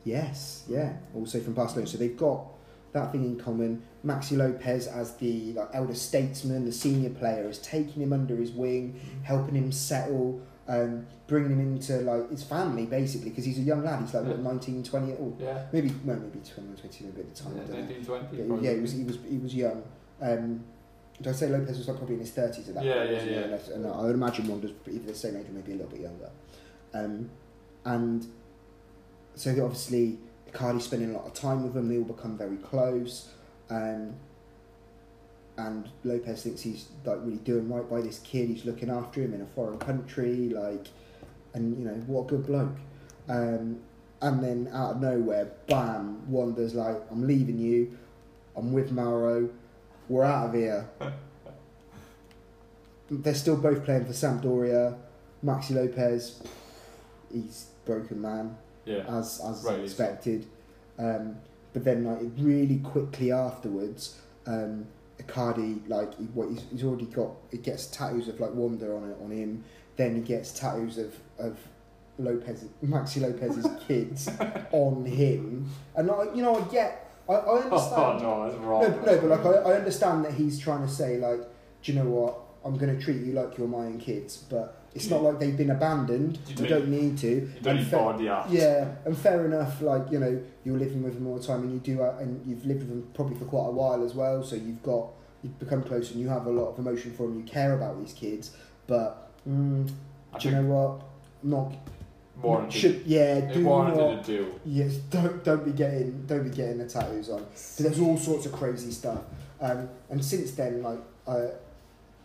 Speaker 4: yes, yeah, also from Barcelona. So they've got that thing in common. Maxi Lopez, as the like, elder statesman, the senior player, is taking him under his wing, helping him settle. um, bringing him into like his family basically because he's a young lad. He's like what
Speaker 3: Yeah.
Speaker 4: 19, 20 or
Speaker 3: Yeah.
Speaker 4: maybe no, maybe 21, 22 maybe at the time. I don't know.
Speaker 3: 1920.
Speaker 4: But
Speaker 3: probably.
Speaker 4: yeah, he was he was he was young. Um, did I say Lopez was like probably in his thirties at that
Speaker 3: Yeah,
Speaker 4: point?
Speaker 3: yeah,
Speaker 4: wasn't he?
Speaker 3: yeah.
Speaker 4: And that's- And I would imagine Wanda's either the same age or maybe a little bit younger. Um, and so they obviously Cardi's spending a lot of time with them. They all become very close. Um, and Lopez thinks he's like really doing right by this kid. He's looking after him in a foreign country, like, and you know what a good bloke. Um, and then out of nowhere, bam! Wanda's like, "I'm leaving you. I'm with Mauro. We're out of here." They're still both playing for Sampdoria. Maxi Lopez, he's broken man
Speaker 3: Yeah.
Speaker 4: as as
Speaker 3: Rightly so.
Speaker 4: expected. Um, but then like really quickly afterwards, um, Icardi like he, what he's, he's already got he gets tattoos of like Wanda on it on him. Then he gets tattoos of of Lopez Maxi Lopez's kids on him. And I you know I get I, I understand.
Speaker 3: Oh, no, that's wrong.
Speaker 4: No, no, but like I, I understand that he's trying to say like, do you know what? I'm going to treat you like you're my own kids, but it's not like they've been abandoned.
Speaker 3: You
Speaker 4: You
Speaker 3: don't-
Speaker 4: don't need to.
Speaker 3: You don't
Speaker 4: And
Speaker 3: need
Speaker 4: fa-
Speaker 3: body art.
Speaker 4: yeah, and fair enough. Like you know, you're living with them all the time, and you do, uh, and you've lived with them probably for quite a while as well. So you've got you've become close, and you have a lot of emotion for them. You care about these kids, but mm,
Speaker 3: I
Speaker 4: do you
Speaker 3: think
Speaker 4: know what? Not
Speaker 3: warranted.
Speaker 4: should yeah.
Speaker 3: it
Speaker 4: do
Speaker 3: warranted
Speaker 4: not,
Speaker 3: a deal.
Speaker 4: Yes, don't don't be getting don't be getting the tattoos on. So there's all sorts of crazy stuff. Um, and since then, like uh,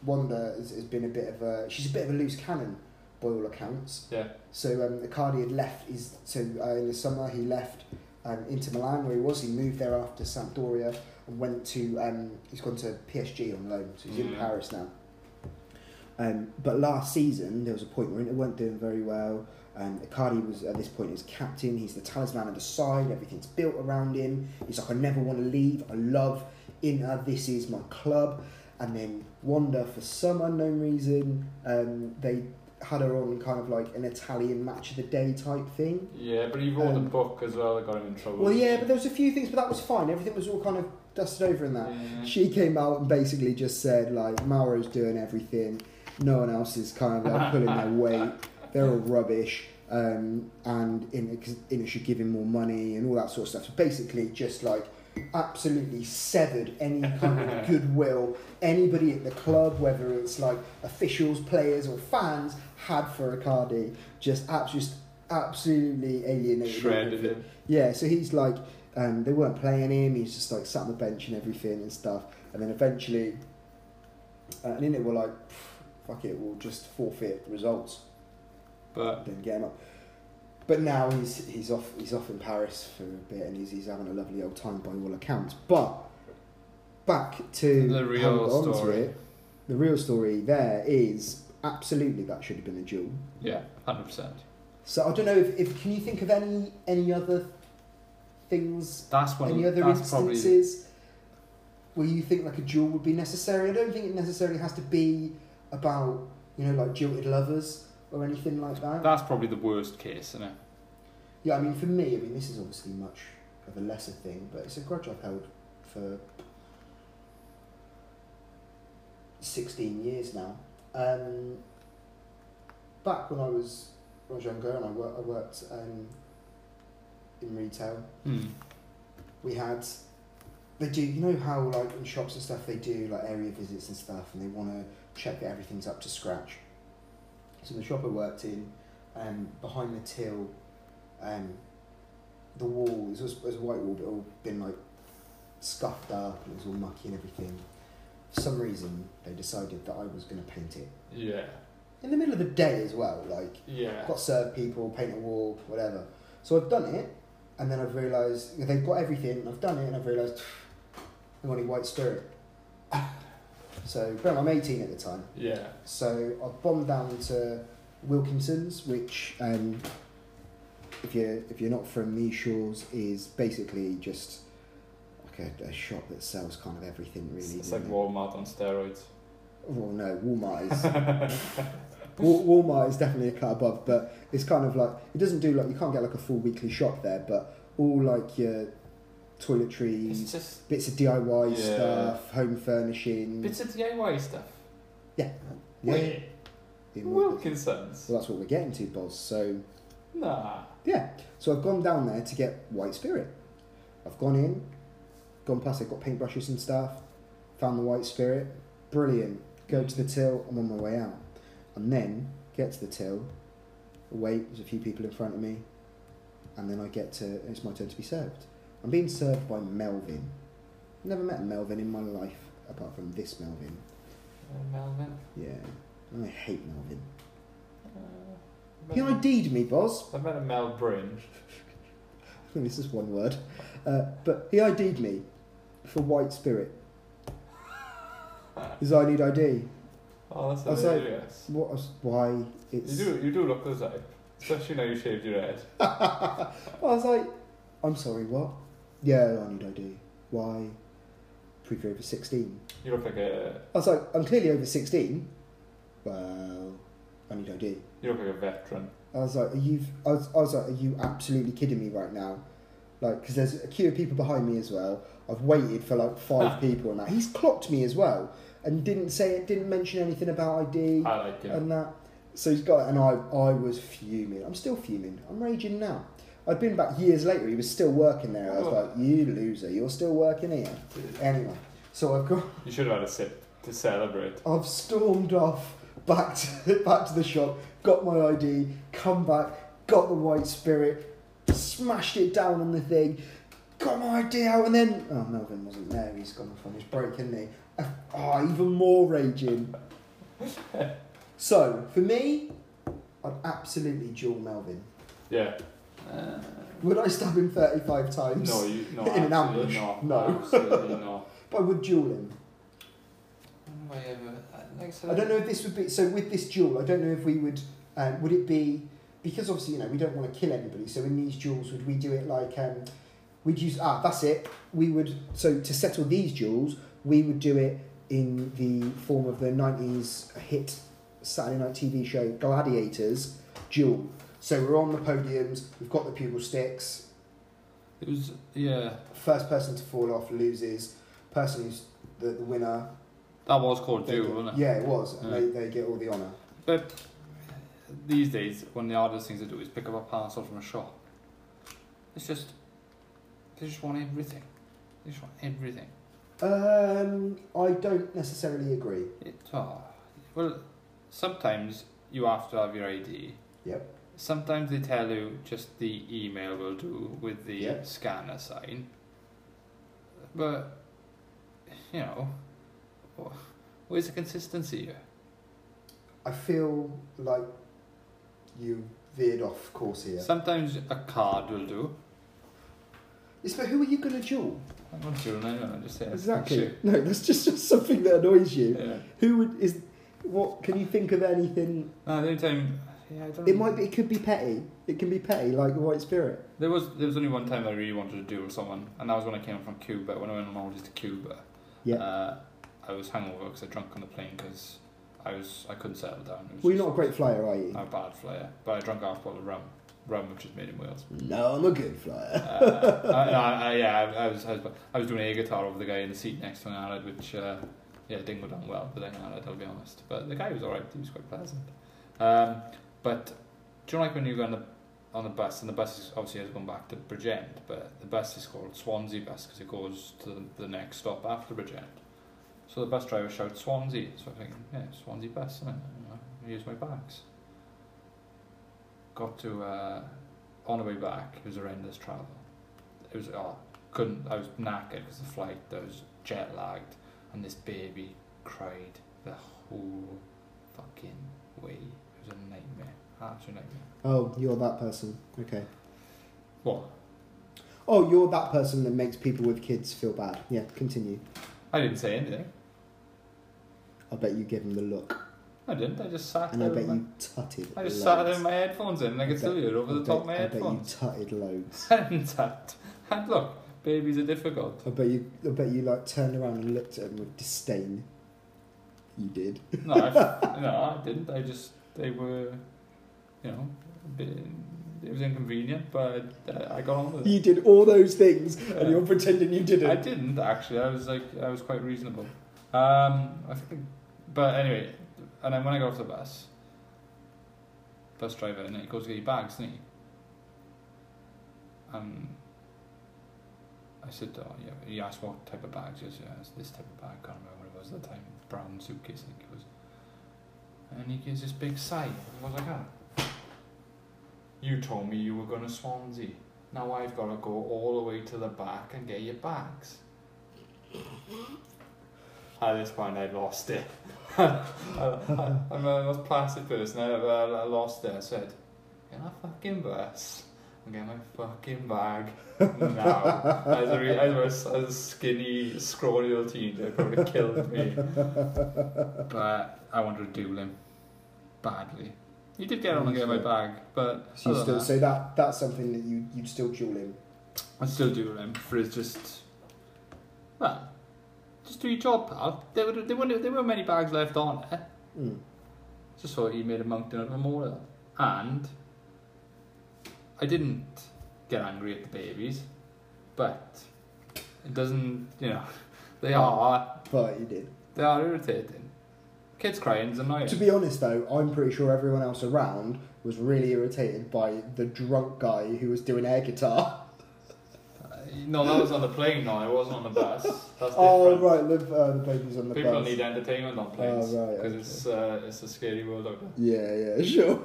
Speaker 4: Wanda has, has been a bit of a she's a bit of a loose cannon by all accounts.
Speaker 3: Yeah.
Speaker 4: So um, Icardi had left. Is so uh, in the summer he left um, into Milan where he was. He moved there after Sampdoria and went to um, he's gone to PSG on loan. So he's in
Speaker 3: Mm.
Speaker 4: Paris now. Um, but last season there was a point where Inter weren't doing very well. Um, Icardi was at this point his captain. He's the talisman of the side. Everything's built around him. He's like, I never want to leave. I love Inter. This is my club. And then Wanda, for some unknown reason, um, they had her on kind of like an Italian match of the day type thing.
Speaker 3: Yeah, but he wrote
Speaker 4: Um,
Speaker 3: a book as well that got him in trouble.
Speaker 4: Well, yeah, but there was a few things, but that was fine. Everything was all kind of dusted over in that.
Speaker 3: Yeah.
Speaker 4: She came out and basically just said like Mauro's doing everything, no one else is kind of like pulling their weight. They're all rubbish, um, and in Inter should give him more money and all that sort of stuff. So basically, just like absolutely severed any kind of goodwill anybody at the club, whether it's like officials, players, or fans, had for Icardi. Just abs- just absolutely alienated.
Speaker 3: shredded
Speaker 4: everything.
Speaker 3: him.
Speaker 4: Yeah, so he's like, um, they weren't playing him. He's just like sat on the bench and everything and stuff. And then eventually, uh, and in it, we're like, "Pff, fuck it, we'll just forfeit results.
Speaker 3: But
Speaker 4: Then get him up. But now he's he's off he's off in Paris for a bit, and he's he's having a lovely old time by all accounts. But back to
Speaker 6: The real
Speaker 4: how we got onto
Speaker 6: story.
Speaker 4: it, the real story there is absolutely that should have been a duel.
Speaker 6: Yeah, hundred percent.
Speaker 4: So I don't know if, if can you think of any any other things
Speaker 6: That's one.
Speaker 4: any other
Speaker 6: that's probably-
Speaker 4: instances where you think like a duel would be necessary? I don't think it necessarily has to be about you know like jilted lovers or anything like that.
Speaker 6: that's probably the worst case, isn't it?
Speaker 4: yeah, I mean for me, I mean this is obviously much of a lesser thing, but it's a grudge I've held for sixteen years now. Um, back when I was when I was younger and I worked, I worked um, in retail.
Speaker 6: Hmm.
Speaker 4: we had they do you know how like in shops and stuff they do like area visits and stuff and they want to check that everything's up to scratch so in the shop i worked in um, behind the till um, the wall it was, it was a white wall but it all been like scuffed up and it was all mucky and everything for some reason they decided that i was going to paint it
Speaker 3: yeah,
Speaker 4: in the middle of the day as well like
Speaker 3: yeah.
Speaker 4: got to serve people, paint a wall, whatever. So I've done it, and then I've realised they've got everything, and I've done it, and I've realised they wanted white spirit. so, but I'm 18 at the time.
Speaker 3: Yeah,
Speaker 4: So I've bombed down to Wilkinson's, which, um, if you're if you're not from these shores, is basically just like a, a shop that sells kind of everything, really.
Speaker 3: it's
Speaker 4: doesn't
Speaker 3: like
Speaker 4: it?
Speaker 3: Walmart on steroids.
Speaker 4: Well, no, Walmart is. Wal- Walmart is definitely a cut above, but it's kind of like it doesn't do like you can't get like a full weekly shop there, but all like your
Speaker 3: It's
Speaker 4: toiletries,
Speaker 3: just
Speaker 4: bits of DIY
Speaker 3: Yeah.
Speaker 4: stuff, home furnishing.
Speaker 3: bits of DIY stuff.
Speaker 4: yeah,
Speaker 3: Wait,
Speaker 4: in Wilkinson.
Speaker 3: Wilkinson's.
Speaker 4: Well, that's what we're getting to, Boz. So,
Speaker 3: Nah.
Speaker 4: yeah. So I've gone down there to get White Spirit. I've gone in, gone past, I've got paintbrushes and stuff, found the White Spirit. Brilliant. Go to the till, I'm on my way out. And then get to the till, wait, there's a few people in front of me, and then I get to, it's my turn to be served. I'm being served by Melvin. Never met a Melvin in my life, apart from this Melvin.
Speaker 3: Uh, Melvin.
Speaker 4: Yeah. I hate Melvin.
Speaker 3: Uh,
Speaker 4: He ID'd me, Boz.
Speaker 3: I met a Mel Bringe.
Speaker 4: This is one word. Uh, but he ID'd me for white spirit. Because I need ID.
Speaker 3: Oh, that's
Speaker 4: That's like-
Speaker 3: hilarious.
Speaker 4: What? was- Why? It's.
Speaker 3: You do, you do look the same. Especially now you shaved your head.
Speaker 4: I was like, I'm sorry. What? Yeah, I need ID. Why? Prove you're over sixteen.
Speaker 3: You look like a
Speaker 4: I was like, I'm clearly over sixteen. Well, I need ID.
Speaker 3: you look like a veteran.
Speaker 4: I was like, are you? I was, I was like, are you absolutely kidding me right now? Like, because there's a queue of people behind me as well. I've waited for like five people and that. He's clocked me as well and didn't say it, didn't mention anything about ID
Speaker 3: I like him.
Speaker 4: and that. So he's got, and I, I was fuming. I'm still fuming. I'm raging now. I'd been back years later. He was still working there. I was
Speaker 3: Oh.
Speaker 4: like, you loser, you're still working here. Anyway, so I've got,
Speaker 3: You should have had a sip to celebrate.
Speaker 4: I've stormed off back to back to the shop, got my ID, come back, got the white spirit, smashed it down on the thing, got my ID out, and then oh Melvin wasn't there. He's gone off on his break, isn't he? Oh, even more raging.
Speaker 5: So, for me, I'd absolutely duel Melvin.
Speaker 3: Yeah.
Speaker 6: Uh,
Speaker 5: Would I stab him 35 times?
Speaker 3: No, you no.
Speaker 5: In an
Speaker 3: absolutely
Speaker 5: ambush.
Speaker 3: Not.
Speaker 5: No.
Speaker 3: Absolutely not.
Speaker 5: But I would duel him.
Speaker 3: When have I ever? Like I said,
Speaker 5: I don't know if this would be so with this duel. I don't know if we would. Um, would it be because obviously you know we don't want to kill anybody. So in these duels, would we do it like um, we'd use ah that's it.
Speaker 4: We would so to settle these duels, we would do it in the form of the '90s hit Saturday night TV show Gladiators duel.
Speaker 5: So we're on the podiums. We've got the pupil sticks.
Speaker 6: it was yeah.
Speaker 5: First person to fall off loses. Person who's the, the winner.
Speaker 6: That was called
Speaker 5: they
Speaker 6: Duel,
Speaker 5: get-
Speaker 6: wasn't it?
Speaker 5: Yeah, it was. And
Speaker 6: Yeah.
Speaker 5: they, they get all the honour.
Speaker 6: But these days, one of the hardest things to do is pick up a parcel from a shop. It's just they just want everything. They just want everything.
Speaker 5: Um, I don't necessarily agree.
Speaker 6: It, oh, well, sometimes you have to have your ID.
Speaker 5: Yep.
Speaker 6: Sometimes they tell you just the email will do with the
Speaker 5: Yep.
Speaker 6: scanner sign. But, you know, wh- where's the consistency here?
Speaker 5: I feel like you veered off course here.
Speaker 6: Sometimes a card will do.
Speaker 5: Yes, but who are you going to duel?
Speaker 6: I'm not sure, no, no, I just said
Speaker 4: Exactly. No, that's just, just something that annoys you.
Speaker 6: Yeah.
Speaker 4: Who would is what? Can you think of anything?
Speaker 6: No, the only time. Yeah, I don't
Speaker 4: It might be. It could be petty. It can be petty, like the white spirit.
Speaker 6: There was there was only one time I really wanted to duel someone, and that was when I came from Cuba. When I went on holidays to Cuba,
Speaker 4: Yeah.
Speaker 6: uh, I was hungover because I drunk on the plane because I was I couldn't settle down. It was
Speaker 4: Well, you're
Speaker 6: just-
Speaker 4: not a great flyer, are you?
Speaker 6: I'm a bad flyer, but I drank half a bottle of rum, rum which is made in Wales.
Speaker 4: No, I'm a good flyer.
Speaker 6: Uh, I, I, I, yeah, I, I was I was I was doing air guitar over the guy in the seat next to an Arad, which uh, yeah didn't go down well for the Arad. I'll be honest, but the guy was alright. He was quite pleasant. Um, but do you know, like when you go on the on the bus, and the bus is obviously has gone back to Bridgend, but the bus is called Swansea bus because it goes to the, the next stop after Bridgend. So the bus driver shouts Swansea. So I'm thinking, yeah, Swansea bus, and I use my bags. Got to uh, on the way back. It was horrendous travel. It was oh, couldn't. I was knackered because the flight. I was jet lagged, and this baby cried the whole fucking way. It was a nightmare. Absolute nightmare.
Speaker 4: Oh, you're that person. Okay.
Speaker 6: What?
Speaker 4: Oh, you're that person that makes people with kids feel bad. Yeah, continue.
Speaker 6: I didn't say anything.
Speaker 4: I bet you give him the look,
Speaker 6: I didn't. I just sat.
Speaker 4: and I
Speaker 6: there
Speaker 4: bet
Speaker 6: with my-
Speaker 4: you tutted.
Speaker 6: I just sat
Speaker 4: loads.
Speaker 6: there with my headphones in, and I could still hear it over
Speaker 4: I
Speaker 6: the
Speaker 4: bet-
Speaker 6: top of my
Speaker 4: I bet you
Speaker 6: headphones.
Speaker 4: tutted loads.
Speaker 6: And that. And look, babies are difficult.
Speaker 4: I bet you. I bet you like turned around and looked at him with disdain. You did.
Speaker 6: No, I, no, I didn't. I just they were, you know, a bit, it was inconvenient, but I, I got on with it.
Speaker 4: You did all those things,
Speaker 6: Yeah.
Speaker 4: and you're pretending you didn't.
Speaker 6: uh, I didn't actually. I was like, I was quite reasonable. Um, I think, but anyway, and then when I got off the bus, bus driver, and he goes to get your bags, doesn't he? Um, I said, oh, yeah. He asked what type of bags. He goes, yeah, it's this type of bag. I can't remember what it was at the time. Brown suitcase, I think it was. And he gives this big sigh. I was like, oh.
Speaker 3: You told me you were going to Swansea. Now I've got to go all the way to the back and get your bags. At this point, I lost it. I, I, I'm the most plastic person I ever I lost it. I said, Get my fucking bus and get my fucking bag now. as, a re- as, a, as a skinny, scrawny little teenager, it probably killed me.
Speaker 6: But I wanted to duel him badly. He did get on and get my bag, but
Speaker 4: So you
Speaker 6: other than
Speaker 4: still so
Speaker 6: that-
Speaker 4: that that's something that you you'd still duel him.
Speaker 6: I still do him for his just. Well, just do your job, pal. There were there weren't there were many bags left on it.
Speaker 4: Mm.
Speaker 6: Just thought he made a mountain out of a molehill, and I didn't get angry at the babies, but it doesn't you know they are
Speaker 4: But you did.
Speaker 6: they are irritating. Kids crying is annoying.
Speaker 4: To be honest though, I'm pretty sure everyone else around was really irritated by the drunk guy who was doing air guitar.
Speaker 3: No, that was on the plane, no, it wasn't on the bus. That's
Speaker 4: Oh
Speaker 3: different.
Speaker 4: right, the, uh, the baby's on the
Speaker 3: People
Speaker 4: bus.
Speaker 3: need entertainment on planes because
Speaker 4: Oh, right,
Speaker 3: it's uh, it's a scary world out there.
Speaker 4: Yeah, yeah, sure.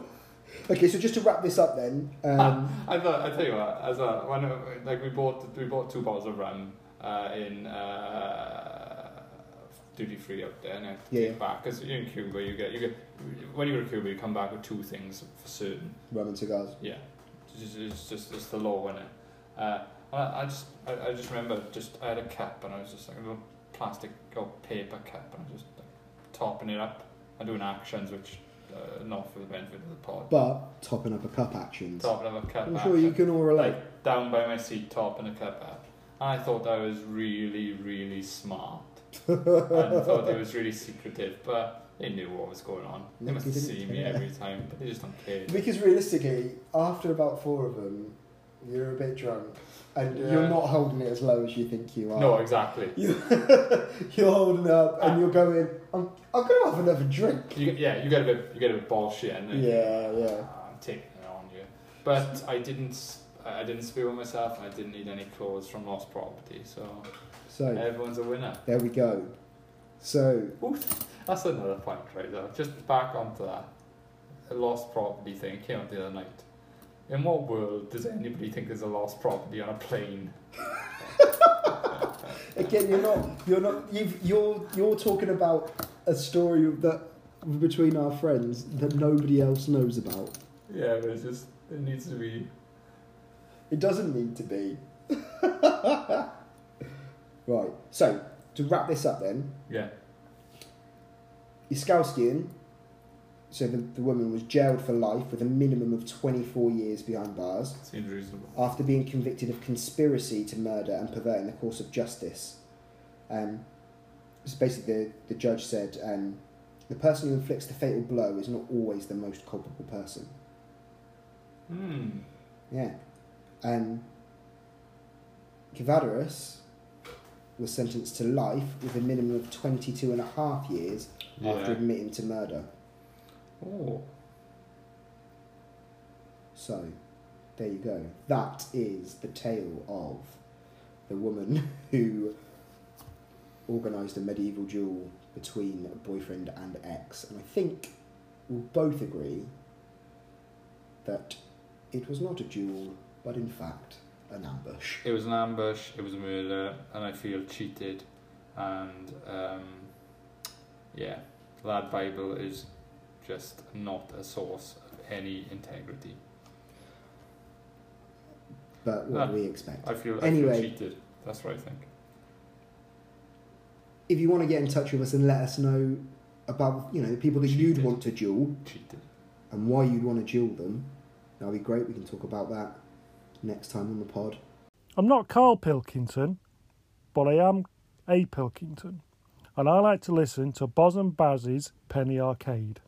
Speaker 4: Okay, so just to wrap this up then, um,
Speaker 3: I thought I tell you what, as a when uh, like we bought we bought two bottles of rum uh, in uh, duty free out there and I
Speaker 4: Yeah,
Speaker 3: came back because you're in Cuba you get you get when you go to Cuba you come back with two things for certain
Speaker 4: rum and cigars.
Speaker 3: yeah it's just it's just it's the law isn't it uh, and I, I just I, I just remember just I had a cup and I was just like a little plastic or paper cup and I was just like, topping it up and doing actions which uh, not for the benefit of the pod
Speaker 4: But topping up a cup actions.
Speaker 3: topping up a cup
Speaker 4: I'm
Speaker 3: action
Speaker 4: sure you can all relate.
Speaker 3: like down by my seat top and a cup up. And I thought I was really, really smart. and thought I was really secretive, but they knew what was going on. They
Speaker 4: No,
Speaker 3: must
Speaker 4: they
Speaker 3: have
Speaker 4: didn't
Speaker 3: seen me
Speaker 4: care.
Speaker 3: every time, but they just don't care.
Speaker 4: Because
Speaker 5: Realistically, after about four of them, you're a bit drunk.
Speaker 4: and
Speaker 3: Yeah.
Speaker 4: you're not holding it as low as you think you are.
Speaker 3: No, exactly.
Speaker 4: You're holding it up and you're going, I'm, I'm going to have another drink.
Speaker 3: You, yeah, you get a bit, you get a bit bullshit, and then
Speaker 4: Yeah, yeah.
Speaker 3: "Ah, I'm taking it on you. But I didn't, s- I I didn't spew on myself. and I didn't need any clothes from lost property, so
Speaker 4: So,
Speaker 3: everyone's a winner.
Speaker 4: there we go. So,
Speaker 3: That's another point, right? Though, just back onto that a lost property thing it came up the other night. In what world does anybody think there's a lost property on a plane?
Speaker 4: again, you're not, you're not, you've, you're, you're talking about a story that between our friends that nobody else knows about.
Speaker 3: Yeah, but it's just it needs to be.
Speaker 4: It doesn't need to be. right. So, to wrap this up then,
Speaker 3: Yeah,
Speaker 4: Iskowskian, so the, the woman was jailed for life with a minimum of 24 years behind bars.
Speaker 3: seems reasonable.
Speaker 4: after being convicted of conspiracy to murder and perverting the course of justice. Um, so basically, the, the judge said um, the person who inflicts the fatal blow is not always the most culpable person.
Speaker 3: Hmm.
Speaker 4: Yeah. Um, Cavadarus was sentenced to life with a minimum of 22 and a half years after
Speaker 6: Yeah.
Speaker 4: admitting to murder.
Speaker 3: Oh,
Speaker 4: So, there you go. That is the tale of the woman who organised a medieval duel between a boyfriend and ex. And I think we'll both agree that it was not a duel, but in fact, an ambush.
Speaker 6: It was an ambush, it was a murder, and I feel cheated. And um, yeah, that Bible is just not a source of any integrity.
Speaker 4: But what do
Speaker 6: Ah,
Speaker 4: we expect?
Speaker 6: I feel, I
Speaker 4: Anyway.
Speaker 6: feel cheated. That's what I think.
Speaker 4: If you want to get in touch with us and let us know about, you know, the people that you'd
Speaker 6: Cheated.
Speaker 4: want to duel
Speaker 6: Cheated.
Speaker 4: and why you'd want to duel them, that'd be great. We can talk about that next time on the pod.
Speaker 7: I'm not Carl Pilkington, but I am a Pilkington, and I like to listen to Boz and Baz's Penny Arcade.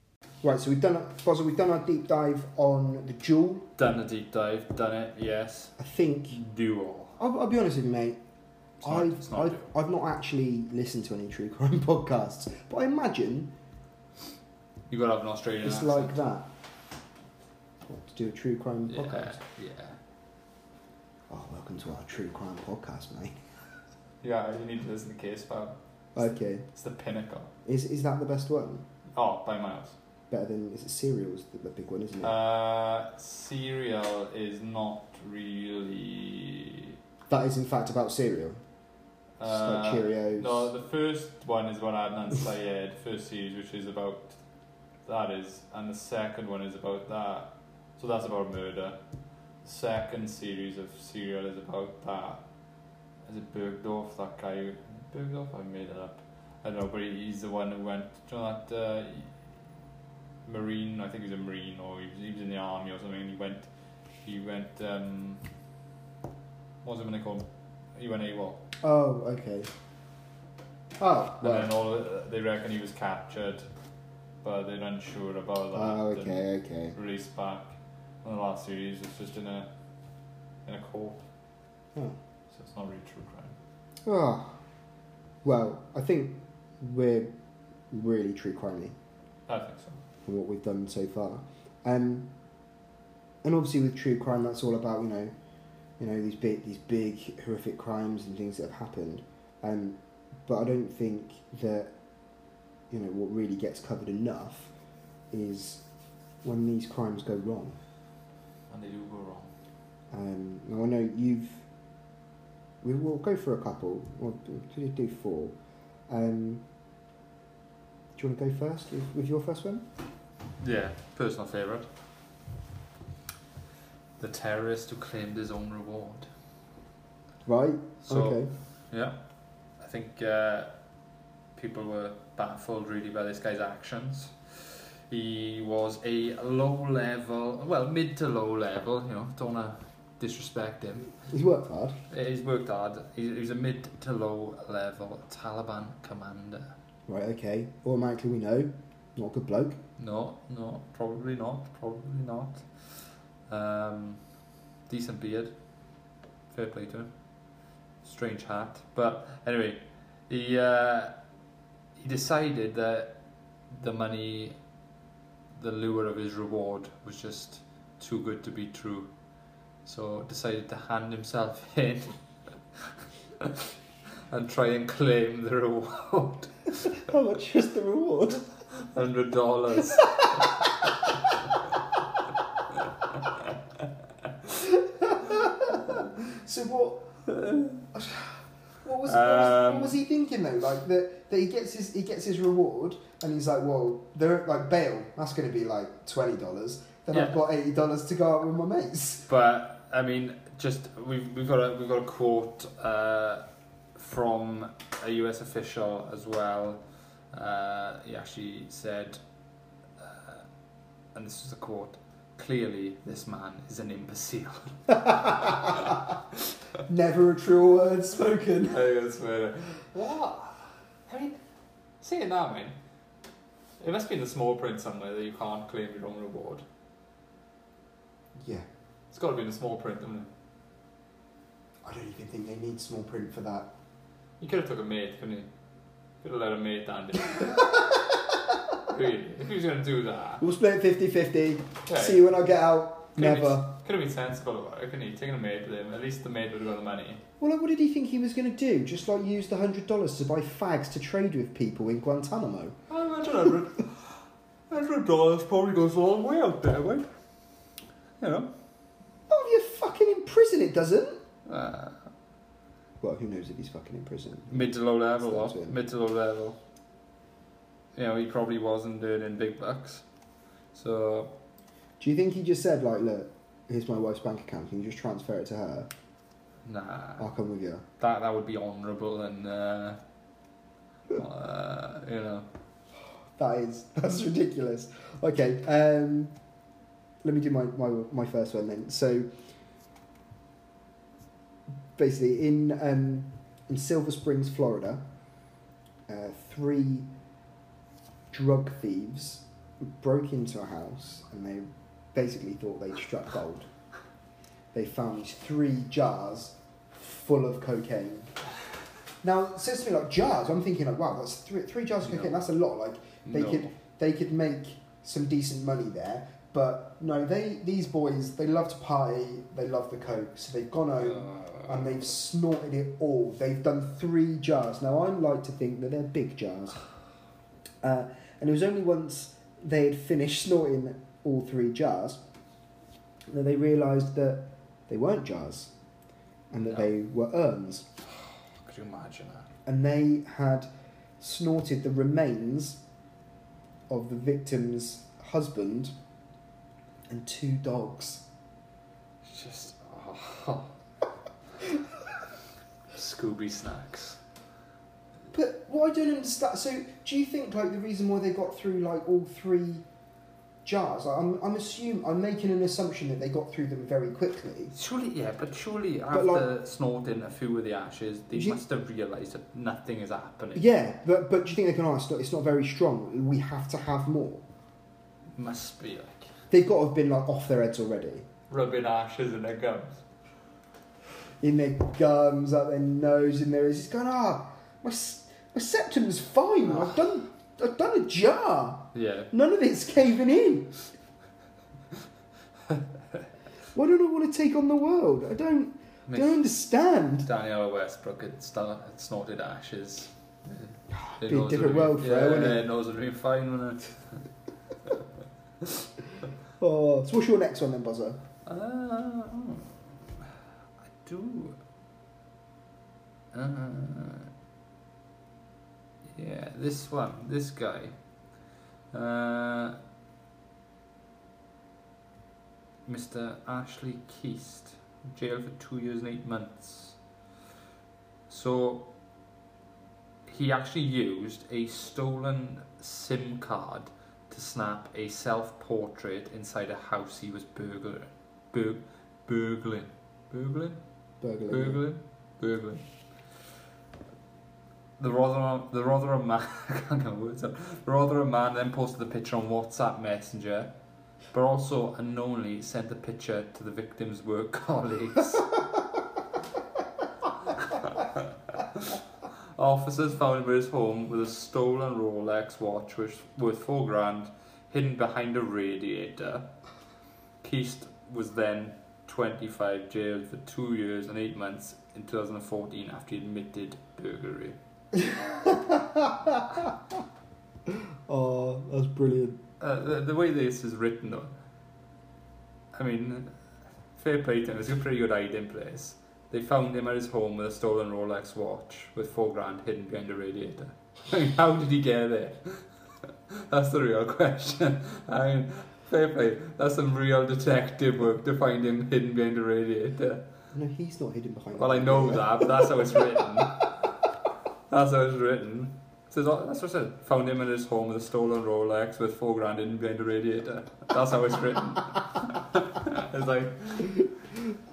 Speaker 4: Right, so we've done Bozza, we've done our deep dive on the duel.
Speaker 6: Done the deep dive, done it, yes.
Speaker 4: I think
Speaker 6: Duel.
Speaker 4: I'll, I'll be honest with you, mate.
Speaker 6: not-
Speaker 4: I've,
Speaker 6: it's not
Speaker 4: I've,
Speaker 6: duel.
Speaker 4: I've not actually listened to any true crime podcasts, but I imagine
Speaker 6: You gotta have an Australian
Speaker 4: it's
Speaker 6: accent.
Speaker 4: like that. to do a true crime
Speaker 6: Yeah,
Speaker 4: podcast.
Speaker 6: yeah.
Speaker 4: Oh, welcome to our true crime podcast, mate.
Speaker 3: Yeah, you need to listen to Case File.
Speaker 4: Okay,
Speaker 3: It's the pinnacle.
Speaker 4: is is that the best one?
Speaker 3: Oh, by miles.
Speaker 4: Better than is it serials the, the big one, isn't it?
Speaker 3: Uh, serial is not really.
Speaker 4: that is in fact about cereal. It's
Speaker 3: Uh,
Speaker 4: like Cheerios.
Speaker 3: No, the first one is what Adnan Syed, first series, which is about that is, and the second one is about that. So that's about murder. The second series of serial is about that. Is it Bergdorf? That guy, who- Bergdorf. I made it up. I don't know, but he- he's the one who went. Do you know that uh, marine? I think he was a marine, or he was, he was in the army or something. And he went. He went. Um, what's it when they call him? He went AWOL.
Speaker 4: Oh, okay. Oh,
Speaker 3: And
Speaker 4: well.
Speaker 3: then all they reckon he was captured, but they're unsure about that.
Speaker 4: Oh,
Speaker 3: And
Speaker 4: okay, okay.
Speaker 3: released back. And the last series is just in a in a court, Hmm.
Speaker 4: Oh.
Speaker 3: so it's not really true crime.
Speaker 4: Oh, well, I think we're really true crimey
Speaker 3: I think so.
Speaker 4: from what we've done so far. Um, and obviously with true crime, that's all about you know, you know these big these big horrific crimes and things that have happened. Um, but I don't think that you know what really gets covered enough is when these crimes go wrong.
Speaker 3: And they do go wrong.
Speaker 4: Um, now I know you've. We will go for a couple. Or do do four? Um, do you want to go first with, with your first one?
Speaker 6: Yeah, personal favourite. The terrorist who claimed his own reward.
Speaker 4: Right.
Speaker 6: So,
Speaker 4: okay.
Speaker 6: yeah, I think uh, people were baffled really by this guy's actions. He was a low level, well, mid to low level, you know, don't want to disrespect him.
Speaker 4: He's worked hard.
Speaker 6: He's worked hard. He's, he's a mid to low level Taliban commander.
Speaker 4: Right. Okay. Automatically, we know. Not a good bloke.
Speaker 6: No, no, probably not. Probably not. Um, decent beard. Fair play to him. Strange hat, but anyway, he uh, he decided that the money, the lure of his reward was just too good to be true, so decided to hand himself in. And try and claim the reward,
Speaker 4: How much was the reward?
Speaker 6: hundred dollars.
Speaker 4: So what? What was, what, was
Speaker 6: Um,
Speaker 4: what was he thinking though? Like that, that he gets his he gets his reward and he's like, well, they're like bail. That's going to be like twenty dollars. Then I've
Speaker 6: Yeah.
Speaker 4: got eighty dollars to go out with my mates.
Speaker 6: But I mean, just we've we've got a we've got a quote uh, from a U.S. official as well. Uh, he actually said, uh, and this is a quote: "Clearly, this man is an imbecile."
Speaker 4: Never a true word spoken.
Speaker 3: I think that's fair.
Speaker 6: What? I mean,
Speaker 3: Seeing that, man, it must be in the small print somewhere that you can't claim your own reward.
Speaker 4: Yeah,
Speaker 3: It's got to be in the small print, doesn't it?
Speaker 4: I don't even think they need small print for that.
Speaker 3: You could have took a mate, couldn't you? Could have let a mate hand it. really? If he was going to do that,
Speaker 4: We'll split 50 50.
Speaker 3: Okay.
Speaker 4: See you when I get out.
Speaker 3: Could have
Speaker 4: Never.
Speaker 3: Been, could have been sensible about it, couldn't he? Taking a maid with him, at least the maid would have got the money.
Speaker 4: Well, like, what did he think he was going to do? Just like use the hundred dollars to buy fags to trade with people in Guantanamo?
Speaker 3: I imagine hundred hundred dollars probably goes a long way out there, right?
Speaker 6: you know,
Speaker 4: Oh, if you're fucking in prison, it doesn't.
Speaker 6: uh,
Speaker 4: Well, who knows if he's fucking in prison?
Speaker 6: mid to low level,
Speaker 4: Sounds
Speaker 6: though.
Speaker 4: good.
Speaker 6: mid to low level. You know, he probably wasn't earning big bucks, so
Speaker 4: Do you think he just said like, look, here's my wife's bank account. Can you just transfer it to her?
Speaker 6: nah.
Speaker 4: I'll come with you.
Speaker 6: that that would be honourable and uh, uh, you know
Speaker 4: That is that's ridiculous. Okay, um, let me do my, my my first one then. So basically, in um, in Silver Springs, Florida, uh, three drug thieves broke into a house and they basically thought they'd struck gold. They found these three jars full of cocaine. Now, it says to me like jars. I'm thinking like, wow, that's three, three jars of
Speaker 6: No.
Speaker 4: cocaine. That's a lot. Like they
Speaker 6: no.
Speaker 4: could they could make some decent money there. But no, they these boys they love to party. They love the coke, so they've gone home and they've snorted it all. They've done three jars. Now I like to think that they're big jars. Uh, and it was only once they had finished snorting all three jars that they realised that they weren't jars and that they were urns.
Speaker 6: Could you imagine that?
Speaker 4: And they had snorted the remains of the victim's husband and two dogs.
Speaker 6: It's just. Oh. Scooby snacks.
Speaker 4: But what I don't understand. So, do you think like the reason why they got through like all three jars? Like, I'm I'm assume I'm making an assumption that they got through them very quickly.
Speaker 6: Surely, yeah, but surely
Speaker 4: But,
Speaker 6: after
Speaker 4: like-
Speaker 6: snorting a few of the ashes, they
Speaker 4: You-
Speaker 6: must have realised that nothing is happening.
Speaker 4: Yeah, but but do you think they can? Oh, it's not, it's not very strong. We have to have more.
Speaker 6: Must be like
Speaker 4: They've got to have been like off their heads already.
Speaker 3: Rubbing ashes in their gums.
Speaker 4: In their gums, up their nose, in their ears. It's going, ah, my, s- my septum's fine. I've done, I've done a jar.
Speaker 6: yeah.
Speaker 4: None of it's caving in. Why don't I want to take on the world? I don't, I don't understand.
Speaker 6: Daniel Westbrook had, start, had snorted ashes.
Speaker 4: Be
Speaker 6: It
Speaker 4: a
Speaker 6: knows
Speaker 4: different
Speaker 6: it'll
Speaker 4: world for
Speaker 6: yeah,
Speaker 4: her, wouldn't it?
Speaker 6: it knows it'll be fine, wouldn't it?
Speaker 4: Oh, so what's your next one then, Buzzer?
Speaker 6: Uh, oh. I do. Uh, yeah, this one, this guy. Uh, Mr. Ashley Keast, jail for two years and eight months. So, he actually used a stolen SIM card to snap a self-portrait inside a house he was burglar, bur- burgling, burgling,
Speaker 4: Burglar.
Speaker 6: burgling, burgling. The Rotherham, the Rotherham man, I can't get my words out. The Rotherham man then posted the picture on WhatsApp Messenger, but also unknowingly sent the picture to the victim's work colleagues. Officers found him at his home with a stolen Rolex watch which worth four grand hidden behind a radiator. Keast was then 25 jailed for two years and eight months in 2014 after he admitted burglary.
Speaker 4: Oh, that's brilliant.
Speaker 6: Uh, the, the way this is written, though, I mean, fair play to him, it's a pretty good hiding place. They found him at his home with a stolen Rolex watch with four grand hidden behind a radiator. I mean, how did he get there? That's the real question. I mean, fair play, that's some real detective work to find him hidden behind a radiator.
Speaker 4: No, he's not hidden behind.
Speaker 6: Well, I
Speaker 4: that.
Speaker 6: know that, but that's how it's written. that's how it's written. So that- that's what I said. Found him in his home with a stolen Rolex with four grand hidden behind a radiator. That's how it's written. it's like,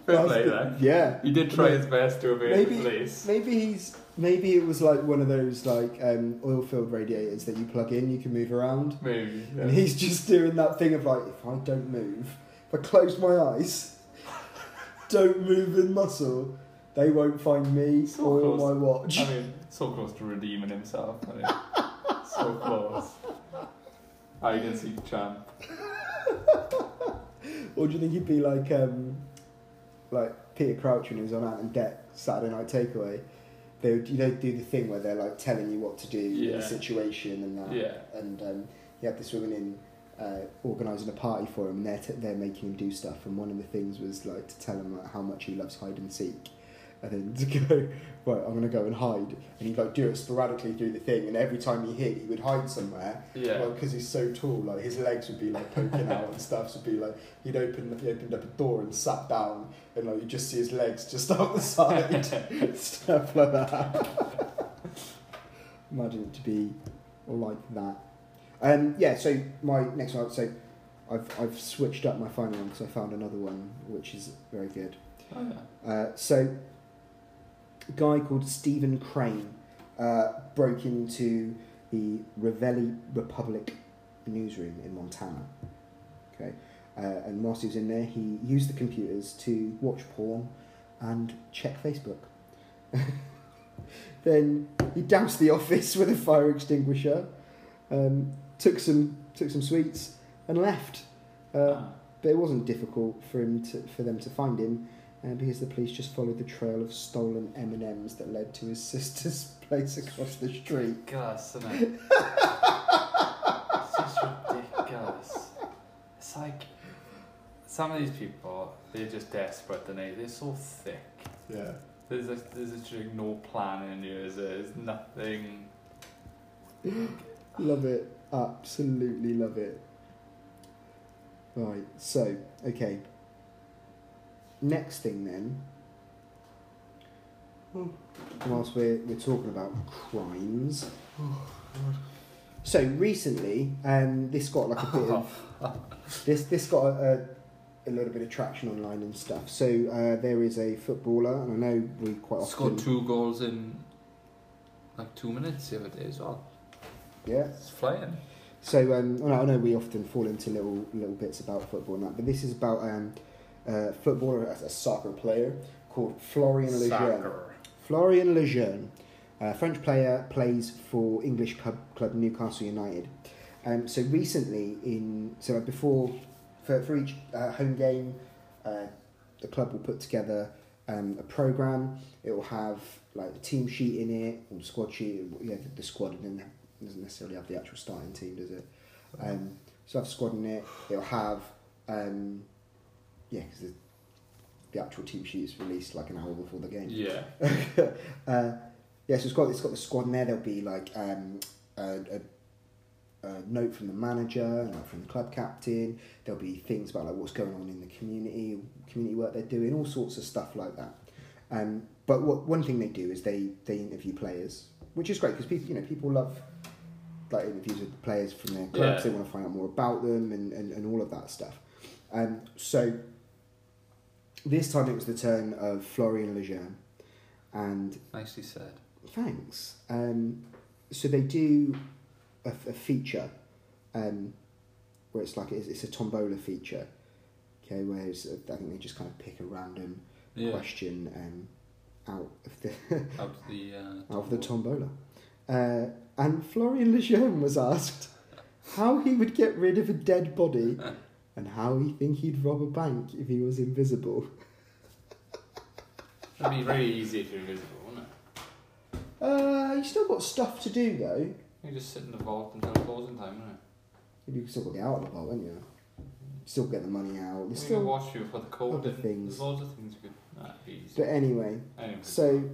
Speaker 6: fair
Speaker 4: That's
Speaker 6: play
Speaker 4: the-
Speaker 6: there.
Speaker 4: Yeah.
Speaker 3: He did try his best to evade
Speaker 4: Maybe-
Speaker 3: the police.
Speaker 4: Maybe he's maybe it was like one of those like um, oil filled radiators that you plug in, you can move around.
Speaker 3: Maybe. yeah.
Speaker 4: And he's just doing that thing of like, if I don't move, if I close my eyes, don't move a muscle, they won't find me
Speaker 3: So
Speaker 4: or
Speaker 3: close.
Speaker 4: my watch.
Speaker 3: I mean, so close to redeeming himself. I mean, so close.
Speaker 6: Ah,
Speaker 3: Hide and seek champ.
Speaker 4: Or do you think he'd be like, um, like Peter Crouch when he was on Out and Deck Saturday Night Takeaway? They would, you know, do the thing where they're like telling you what to do in
Speaker 3: Yeah.
Speaker 4: the situation and that.
Speaker 3: Yeah.
Speaker 4: And um, he had this woman in uh, organising a party for him, and they're, t- they're making him do stuff. And one of the things was like to tell him like, how much he loves hide and seek. And then to go, right, I'm gonna go and hide, and he'd like do it sporadically through the thing, and every time he hit, he would hide somewhere,
Speaker 3: Yeah.
Speaker 4: because he's so tall, like his legs would be like poking out and stuff. So it'd be like he'd open, he opened up a door and sat down, and like you just see his legs just out the side, stuff like that. Imagine it to be like that. Um, yeah. So my next one. So I've I've switched up my final one because I found another one which is very good.
Speaker 3: Oh, yeah.
Speaker 4: Uh, so, a guy called Stephen Crane uh, broke into the Ravelli Republic newsroom in Montana. Okay, uh, and whilst he was in there, he used the computers to watch porn and check Facebook. then he doused the office with a fire extinguisher, um, took some took some sweets, and left. Uh,
Speaker 6: Ah.
Speaker 4: but it wasn't difficult for him to, for them to find him, uh, because the police just followed the trail of stolen M and M's that led to his sister's place across the street.
Speaker 6: Ridiculous, isn't it? it's just ridiculous. It's like some of these people, they're just desperate, and they they're so thick.
Speaker 3: Yeah.
Speaker 6: There's a, there's literally no plan in here. Is there? There's nothing.
Speaker 4: Love it. Absolutely love it. Right, so, okay. Next thing then. Whilst we're, we're talking about crimes. So recently, um, this got like a bit of this. This got a, a, a little bit of traction online and stuff. So uh, there is a footballer, and I know we quite often
Speaker 6: Scored two goals in like two minutes the other day as well.
Speaker 4: Yeah,
Speaker 6: It's flying.
Speaker 4: So um, I know- I know we often fall into little little bits about football and that, but this is about um, a footballer, a a soccer player called Florian Lejeune.
Speaker 6: Soccer.
Speaker 4: Florian Lejeune, a French player, plays for English club, club Newcastle United. Um, so recently, in so like before, for, for each uh, home game, uh, the club will put together um, a program. It will have like a team sheet in it, or squad sheet. Yeah, the, the squad and then it doesn't necessarily have the actual starting team, does it? Um, so have a squad in it. It'll have um, yeah, because the, the actual team sheet is released like an hour before the game
Speaker 6: Yeah.
Speaker 4: uh, yeah, so it's got it's got the squad in there. There'll be like um, a, a, a note from the manager, a note from the club captain. There'll be things about like what's going on in the community, community work they're doing, all sorts of stuff like that. Um, but what one thing they do is they they interview players, which is great because people you know people love like interviews with players from their clubs.
Speaker 6: Yeah.
Speaker 4: They want to find out more about them and, and, and all of that stuff. Um, so this time it was the turn of Florian Lejeune, and
Speaker 6: Nicely said.
Speaker 4: Thanks. Um, so they do a, a feature um, where it's like it's, it's a tombola feature. Okay, where it's, I think they just kind of pick a random
Speaker 6: Yeah.
Speaker 4: question um, out of the
Speaker 6: Out of the. Uh,
Speaker 4: out of the
Speaker 6: top.
Speaker 4: tombola. Uh, and Florian Lejeune was asked how he would get rid of a dead body and how he think he'd rob a bank if he was invisible.
Speaker 6: It'd be very easy if you're invisible, wouldn't it?
Speaker 4: Uh, you still got stuff to do though.
Speaker 6: You just sit in the vault until closing time, wouldn't it?
Speaker 4: You can still get out of the boat, haven't you? Still get the money out.
Speaker 6: We
Speaker 4: There's
Speaker 6: can
Speaker 4: still...
Speaker 6: watch you for the cold.
Speaker 4: other
Speaker 6: and
Speaker 4: things.
Speaker 6: There's loads of things you could. That'd be easy.
Speaker 4: But anyway,
Speaker 6: Anyway,
Speaker 4: so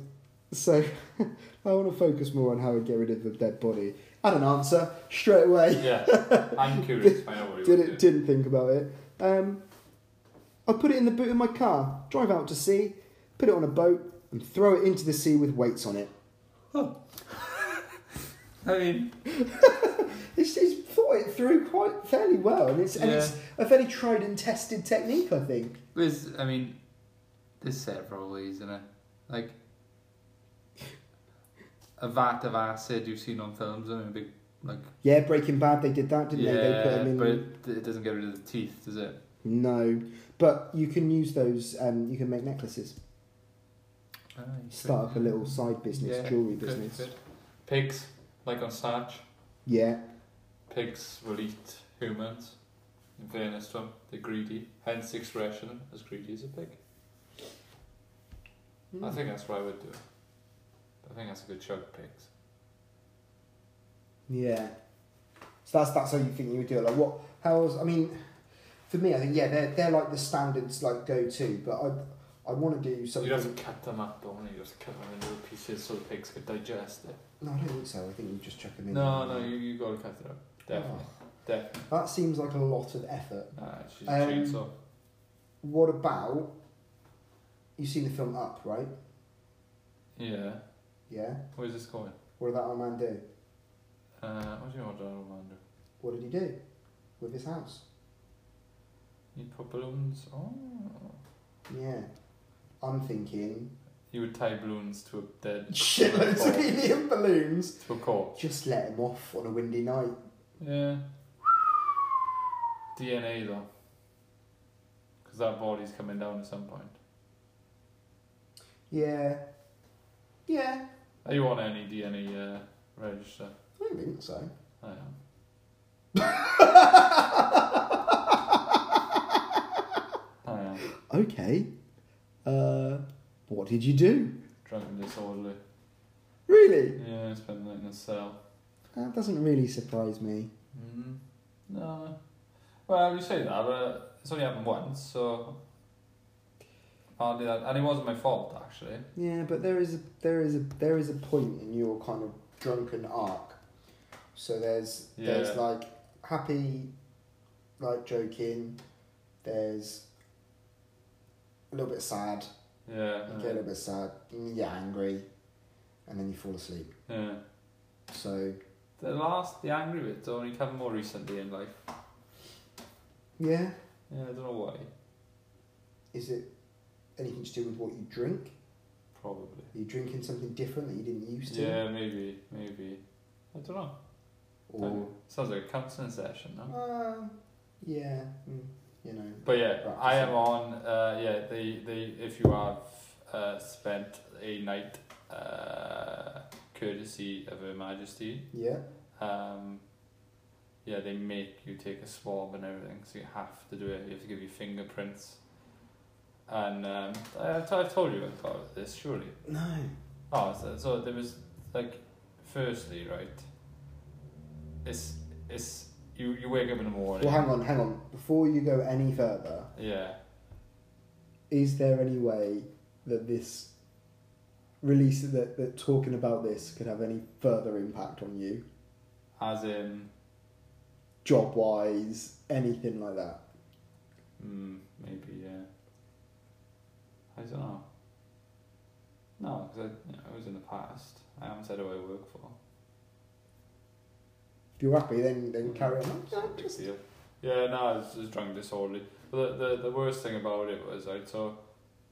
Speaker 4: so I want to focus more on how we get rid of the dead body. Had an answer straight away.
Speaker 6: yeah, I'm curious. I know what you
Speaker 4: Did
Speaker 6: would
Speaker 4: it?
Speaker 6: do.
Speaker 4: Didn't think about it. Um, I put it in the boot of my car. Drive out to sea. Put it on a boat and throw it into the sea with weights on it.
Speaker 6: I mean,
Speaker 4: It's, it's thought it through quite fairly well, and it's and it's a fairly tried and tested technique, I think.
Speaker 6: there's, I mean, there's several ways in it. Like a vat of acid you've seen on films and a big like
Speaker 4: Yeah, Breaking Bad, they did that, didn't
Speaker 6: yeah,
Speaker 4: they? They put 'em in.
Speaker 6: but it, it doesn't get rid of the teeth, does it?
Speaker 4: No, but you can use those. Um, you can make necklaces.
Speaker 6: Ah, you
Speaker 4: Start up a
Speaker 6: could.
Speaker 4: little side business, jewelry
Speaker 6: you could,
Speaker 4: business.
Speaker 6: you could. Pigs, like on Snatch,
Speaker 4: Yeah,
Speaker 6: pigs will eat humans. In fairness to them, they're greedy. Hence the expression, as greedy as a pig.
Speaker 4: Hmm.
Speaker 6: I think that's what I would do. I think that's a good choke pigs.
Speaker 4: yeah.
Speaker 5: So that's that's how you think you would do it. Like what? How else? I mean, for me, I think yeah, they're they're like the standards like go to, but I I want to do something.
Speaker 6: You'd have to cut them up, don't you? You have to cut them into little pieces so the pigs could digest it.
Speaker 5: No, I don't think so. I think you just chuck them in. Ah.
Speaker 6: No, no, you, you gotta cut it up. Definitely. Definitely.
Speaker 5: That seems like a lot of effort.
Speaker 6: Nah, it's just
Speaker 5: Um,
Speaker 6: chainsaw.
Speaker 5: What about? You've seen the film Up, right?
Speaker 6: Yeah.
Speaker 5: Yeah.
Speaker 6: Where's this going?
Speaker 5: What did that old man do?
Speaker 6: Uh, what do you want to Armando?
Speaker 5: What did he do with his house?
Speaker 6: You put balloons? Oh.
Speaker 5: Yeah. I'm thinking
Speaker 6: You would tie balloons to a dead.
Speaker 5: shitloads of helium balloons.
Speaker 6: To a corpse.
Speaker 5: Just let him off on a windy night.
Speaker 6: Yeah. DNA though. Because that body's coming down at some point.
Speaker 5: Yeah. Yeah.
Speaker 6: Are you on any DNA uh, register?
Speaker 5: I don't think so.
Speaker 6: I am.
Speaker 8: okay. Uh, what did you do?
Speaker 3: Drunk and disorderly.
Speaker 8: Really?
Speaker 3: Yeah, I spent the night in a cell.
Speaker 8: That doesn't really surprise me.
Speaker 4: Mm-hmm.
Speaker 3: Mm. No. Well, you say that, but it's only happened once, so. Hardly that. And it wasn't my fault, actually.
Speaker 8: Yeah,
Speaker 4: But there is a, there is a there is a point in your kind of drunken arc. So there's there's
Speaker 3: Yeah.
Speaker 4: like happy, like joking. There's a little bit sad.
Speaker 3: Yeah.
Speaker 4: You get a little bit sad. You get angry, and then you fall asleep.
Speaker 3: Yeah.
Speaker 4: So
Speaker 3: The last, the angry bits only come more recently in life.
Speaker 4: yeah,
Speaker 3: Yeah, I don't know why.
Speaker 4: is it anything to do with what you drink?
Speaker 3: Probably.
Speaker 4: Are you drinking something different that you didn't used to?
Speaker 3: Yeah, maybe, maybe. I don't know.
Speaker 4: Or
Speaker 3: Sounds like a counselling session, no?
Speaker 4: uh, yeah, mm, you know.
Speaker 3: But yeah,
Speaker 4: Right,
Speaker 3: I am
Speaker 4: so-
Speaker 3: on. Uh, yeah, they, they. If you have uh, spent a night, uh, courtesy of Her Majesty,
Speaker 4: Yeah.
Speaker 3: um, yeah, they make you take a swab and everything, so you have to do it. You have to give your fingerprints. And um, I, I've t- I've told you about this, surely.
Speaker 4: No.
Speaker 3: Oh, so, so there was like, firstly, right? It's it's you you wake up in the morning.
Speaker 4: Well, hang on, hang on. Before you go any further,
Speaker 3: Yeah,
Speaker 4: is there any way that this release that, that talking about this could have any further impact on you,
Speaker 3: as in,
Speaker 4: job wise, anything like that?
Speaker 3: mm, maybe yeah. I don't know. No, because I, you know, I was in the past. I haven't said who I work for.
Speaker 4: If you're happy, then then carry on.
Speaker 3: It's not a big deal. Yeah, no, it's just drunk disorderly. But the, the the worst thing about it was right. So,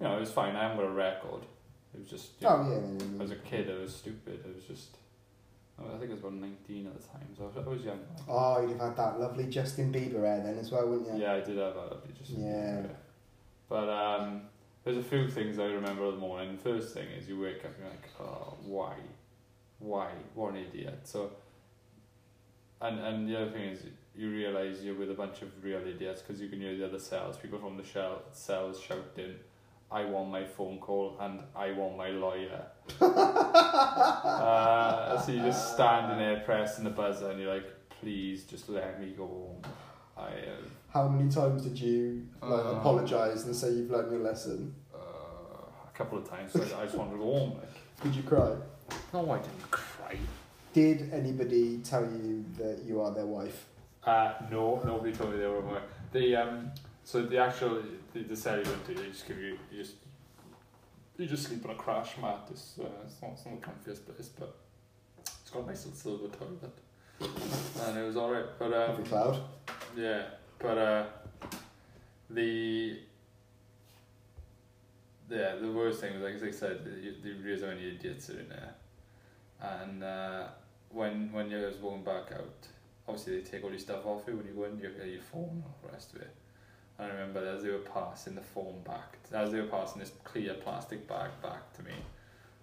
Speaker 3: you know, it was fine. I haven't got a record. It was just. you know,
Speaker 4: Oh yeah, then- then-
Speaker 3: As a kid, I was stupid. I was just, I was- I think I was about 19 at the time, so I was, I was young.
Speaker 4: Oh, you'd have had that lovely Justin Bieber air then as well, wouldn't
Speaker 3: Yeah.
Speaker 4: you?
Speaker 3: I did have that. It just
Speaker 4: Yeah.
Speaker 3: But um, there's a few things I remember of the morning. First thing is you wake up and you're like, oh, why? Why? What an idiot. So, and, and the other thing is you realise you're with a bunch of real idiots because you can hear the other cells, people from the shell, cells shouting, I want my phone call and I want my lawyer. uh, so you're just standing there pressing the buzzer and you're like, please just let me go home. I uh, have
Speaker 4: How many times did you like
Speaker 3: Uh.
Speaker 4: apologise and say you've learned your lesson?
Speaker 3: uh, a couple of times. So I, I just wanted to go "Oh home. Like,
Speaker 4: Did you cry?
Speaker 3: no, I didn't cry.
Speaker 4: Did anybody tell you that you are their wife?
Speaker 3: Uh, no, nobody told me they were my. The um, so the actual the, the cell you went to, they just give you you just you just sleep on a crash mat. It's, uh, it's not it's not the comfiest place, but it's got a nice little silver toilet, and it was alright. But um,
Speaker 4: Every cloud.
Speaker 3: Yeah, but uh, the yeah the worst thing was like as I said, the, the rears are only idiots are in there, and uh, when when you're just walking back out, obviously they take all your stuff off you when you go in, you get your phone and all the rest of it. And I remember as they were passing the phone back, as they were passing this clear plastic bag back to me,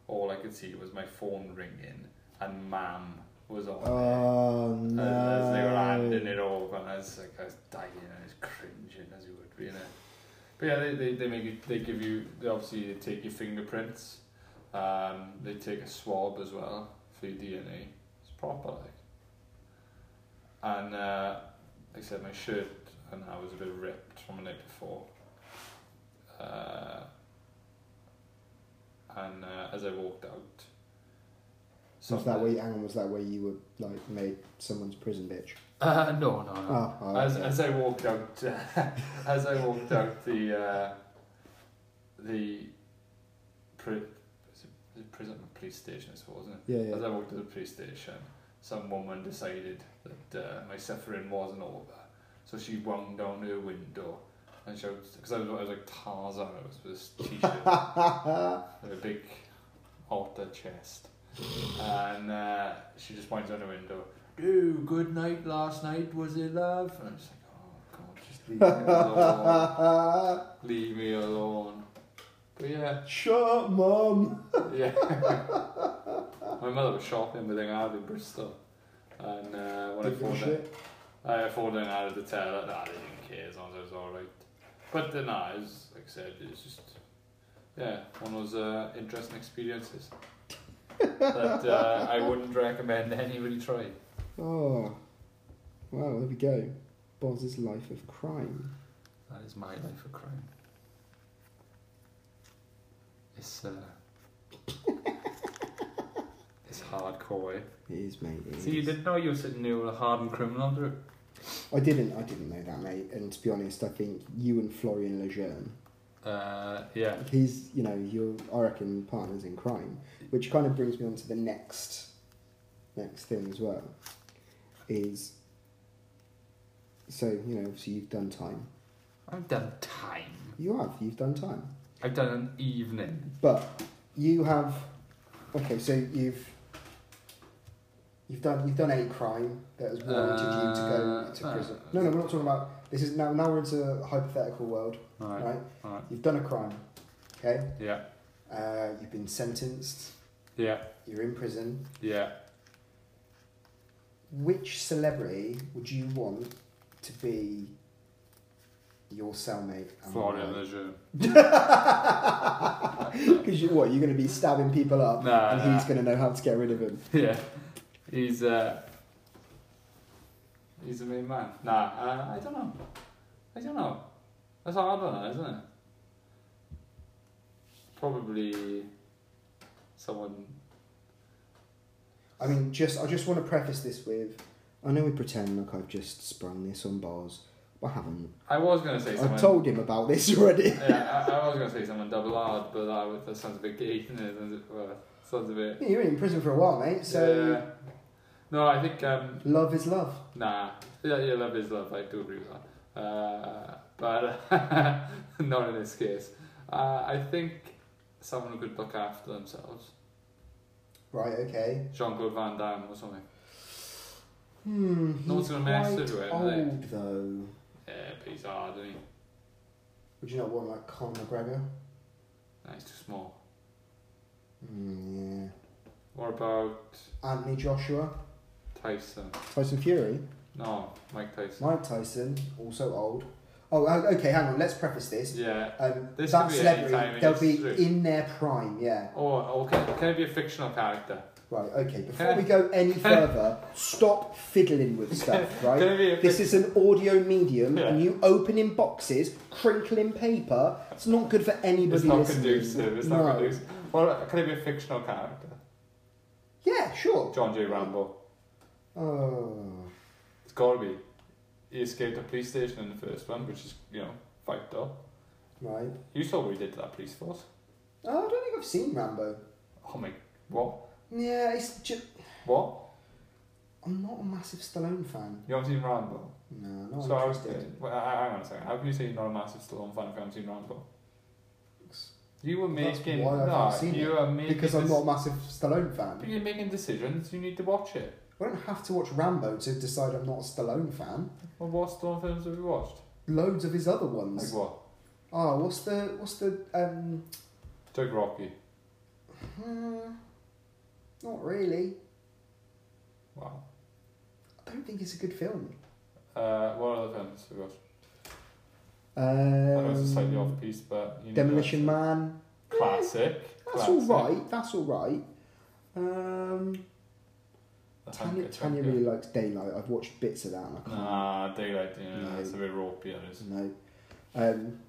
Speaker 3: all I could see was my phone ringing and "ma'am" was on. there.
Speaker 8: Oh
Speaker 3: As, as they were handing
Speaker 8: no!
Speaker 3: it over, and I was like, I was dying, I was cringing as you would be, you know. But yeah, they, they, they make you, they give you, they obviously they take your fingerprints, um, they take a swab as well for your DNA. It's proper, like. And, uh, like I said, my shirt and I was a bit ripped from the night before. Uh, and uh, as I walked out,
Speaker 4: Was that
Speaker 3: something-
Speaker 4: where? Hang on, was that where you were like made someone's prison bitch?
Speaker 3: Uh, no, no, no.
Speaker 4: Oh, oh,
Speaker 3: As,
Speaker 4: okay.
Speaker 3: as I walked out, as I walked out the uh, the pri- is it, is it prison police station, I suppose, wasn't it?
Speaker 4: yeah, yeah.
Speaker 3: As I walked to the police station, some woman decided that uh, my suffering wasn't over, so she wound down her window and shouted because I was, I was like Tarzan, I was with this t-shirt
Speaker 4: Ah,
Speaker 3: with a big otter chest, and uh, she just points out the window. Do good night last night was it love? And I'm just like, oh god, just leave me alone, leave me alone. But yeah,
Speaker 4: ah, Shut up, mum.
Speaker 3: yeah. My mother was shopping with an ad in Bristol, and uh, when I
Speaker 4: Did you
Speaker 3: phoned her,
Speaker 4: shit?
Speaker 3: I phoned her and I had to tell her that I didn't care as long as I was alright. But uh, no, it's, like I said, it's just yeah, one of those uh, interesting experiences that uh, I wouldn't recommend anybody try.
Speaker 6: Oh, well, there we go. Boz's life of crime.
Speaker 3: That is my life of crime. It's uh, it's hardcore. eh?
Speaker 6: It is, mate. it
Speaker 3: See, you
Speaker 6: is.
Speaker 3: didn't know you were sitting there with a hardened criminal, Drew.
Speaker 6: I didn't. I didn't know that, mate. And to be honest, I think you and Florian Lejeune,
Speaker 3: Uh, yeah.
Speaker 6: he's, you know, you're, I reckon, partners in crime. Which kind of brings me on to the next, next thing as well, is. So you know, obviously you've done time.
Speaker 3: I've done time.
Speaker 6: You have. You've done time.
Speaker 3: I've done an evening.
Speaker 6: But you have. Okay, so you've.
Speaker 4: You've done you've done a crime that has warranted you
Speaker 3: Uh,
Speaker 4: to go
Speaker 3: no.
Speaker 4: to prison. No, no, we're not talking about this. Is now now we're into a hypothetical world,
Speaker 3: Alright.
Speaker 4: right?
Speaker 3: Alright.
Speaker 4: You've done a crime, okay?
Speaker 3: Yeah.
Speaker 4: Uh, you've been sentenced.
Speaker 3: Yeah.
Speaker 4: You're in prison.
Speaker 3: Yeah.
Speaker 4: Which celebrity would you want to be your cellmate? and
Speaker 3: Florian
Speaker 4: why?
Speaker 3: Lejeune.
Speaker 6: Because you, what you're going to be stabbing people up,
Speaker 3: No,
Speaker 6: and
Speaker 3: no.
Speaker 6: he's going to know how to get rid of him.
Speaker 3: Yeah. He's uh He's the main man. Nah, uh, I don't know. I don't know. That's a hard one, isn't it? Probably someone
Speaker 4: I mean, just I just want to preface this with
Speaker 6: I know we pretend like I've just sprung this on bars, but I haven't.
Speaker 3: I was gonna say someone
Speaker 6: I've told him about this already.
Speaker 3: Yeah, I, I was gonna say someone double hard, but that, would- that sounds a bit gay, doesn't it? Sounds a- well, sounds a bit
Speaker 4: Yeah, you're in prison for a while, mate. So
Speaker 3: Yeah. No, I think um
Speaker 4: love is love.
Speaker 3: Nah, yeah, yeah, love is love. I do agree with that. Uh, but not in this case. Uh, I think someone who could look after themselves.
Speaker 4: Right. Okay.
Speaker 3: Jean Claude Van Damme or something.
Speaker 4: Hmm.
Speaker 3: No one's
Speaker 4: he's
Speaker 3: gonna mess
Speaker 4: quite
Speaker 3: with him, are they?
Speaker 4: Old though.
Speaker 3: Yeah, but he's hard, isn't he?
Speaker 4: Would you not want like Conor McGregor?
Speaker 3: Nah, he's too small.
Speaker 4: Mm,
Speaker 3: What about
Speaker 4: yeah. Anthony Joshua,
Speaker 3: Tyson?
Speaker 4: Tyson Fury,
Speaker 3: No, Mike Tyson.
Speaker 4: Mike Tyson, also old. Oh, uh, okay. Hang on. Let's preface this.
Speaker 3: Yeah.
Speaker 4: Um,
Speaker 3: This
Speaker 4: that
Speaker 3: could be any time
Speaker 4: celebrity,
Speaker 3: in
Speaker 4: they'll be
Speaker 3: history.
Speaker 4: in their prime. Yeah.
Speaker 3: Oh, okay. Can it be a fictional character?
Speaker 4: Right. Okay. Before
Speaker 3: Can I-
Speaker 4: we go any
Speaker 3: can I-
Speaker 4: further, stop fiddling with stuff. Right.
Speaker 3: Can it be a
Speaker 4: This is an audio medium,
Speaker 3: Yeah.
Speaker 4: and you opening boxes, crinkling paper. It's not good for anybody
Speaker 3: It's not
Speaker 4: listening.
Speaker 3: conducive. It's not
Speaker 4: No.
Speaker 3: conducive. Well, can it be a fictional character?
Speaker 4: Yeah, sure.
Speaker 3: John J. Rambo.
Speaker 4: Oh,
Speaker 3: It's got to be. He escaped a police station in the first one, which is, you know, fucked up.
Speaker 4: right.
Speaker 3: You saw what he did to that police force.
Speaker 4: Oh, I don't think I've seen Rambo.
Speaker 3: Oh my, what?
Speaker 4: Yeah, it's just.
Speaker 3: What?
Speaker 4: I'm not a massive Stallone fan.
Speaker 3: You haven't seen Rambo?
Speaker 4: No, not
Speaker 3: so I was,
Speaker 4: interested.
Speaker 3: well, I- I- hang on a second. How can you say you're not a massive Stallone fan if you haven't seen Rambo? You were
Speaker 4: That's
Speaker 3: making,
Speaker 4: why I haven't
Speaker 3: nah,
Speaker 4: seen
Speaker 3: you
Speaker 4: it,
Speaker 3: are making,
Speaker 4: because I'm
Speaker 3: dec-
Speaker 4: not a massive Stallone
Speaker 3: but
Speaker 4: fan.
Speaker 3: you're making decisions, you need to watch it.
Speaker 4: I don't have to watch Rambo to decide I'm not a Stallone fan.
Speaker 3: Well, what Stallone films have you watched?
Speaker 4: Loads of his other ones.
Speaker 3: Like what?
Speaker 4: Oh, what's the what's the um?
Speaker 3: Doug Rocky.
Speaker 4: hmm, not really.
Speaker 3: Wow.
Speaker 4: I don't think it's a good film.
Speaker 3: Uh, what other films have you watched? I know it's a slightly
Speaker 4: Um,
Speaker 3: off piece, but... You need to-
Speaker 4: Demolition Man.
Speaker 3: Classic.
Speaker 4: That's all
Speaker 3: classic.
Speaker 4: right. That's all right. Um,
Speaker 3: The
Speaker 4: Tanya,
Speaker 3: Hanka
Speaker 4: Tanya
Speaker 3: Tanka.
Speaker 4: really likes Daylight. I've watched bits of that and I can't.
Speaker 3: Nah, daylight dinner.
Speaker 4: No.
Speaker 3: It's a bit ropey, that is.
Speaker 4: No. Um,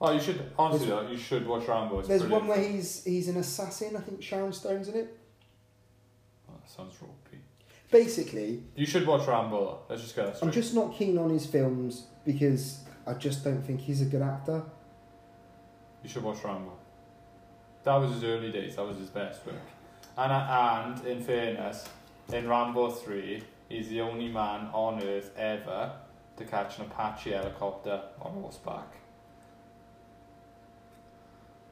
Speaker 3: Oh, you should honestly though. You should watch Rambo. It's
Speaker 4: there's
Speaker 3: brilliant.
Speaker 4: one where he's he's an assassin. I think Sharon Stone's in it.
Speaker 3: Oh, that sounds ropey.
Speaker 4: Basically,
Speaker 3: You should watch Rambo. though. Let's just get that
Speaker 4: I'm
Speaker 3: straight.
Speaker 4: just not keen on his films because I just don't think he's a good actor.
Speaker 3: You should watch Rambo. That was his early days. That was his best work. And uh, and in fairness, in Rambo three, he's the only man on earth ever to catch an Apache helicopter on horseback.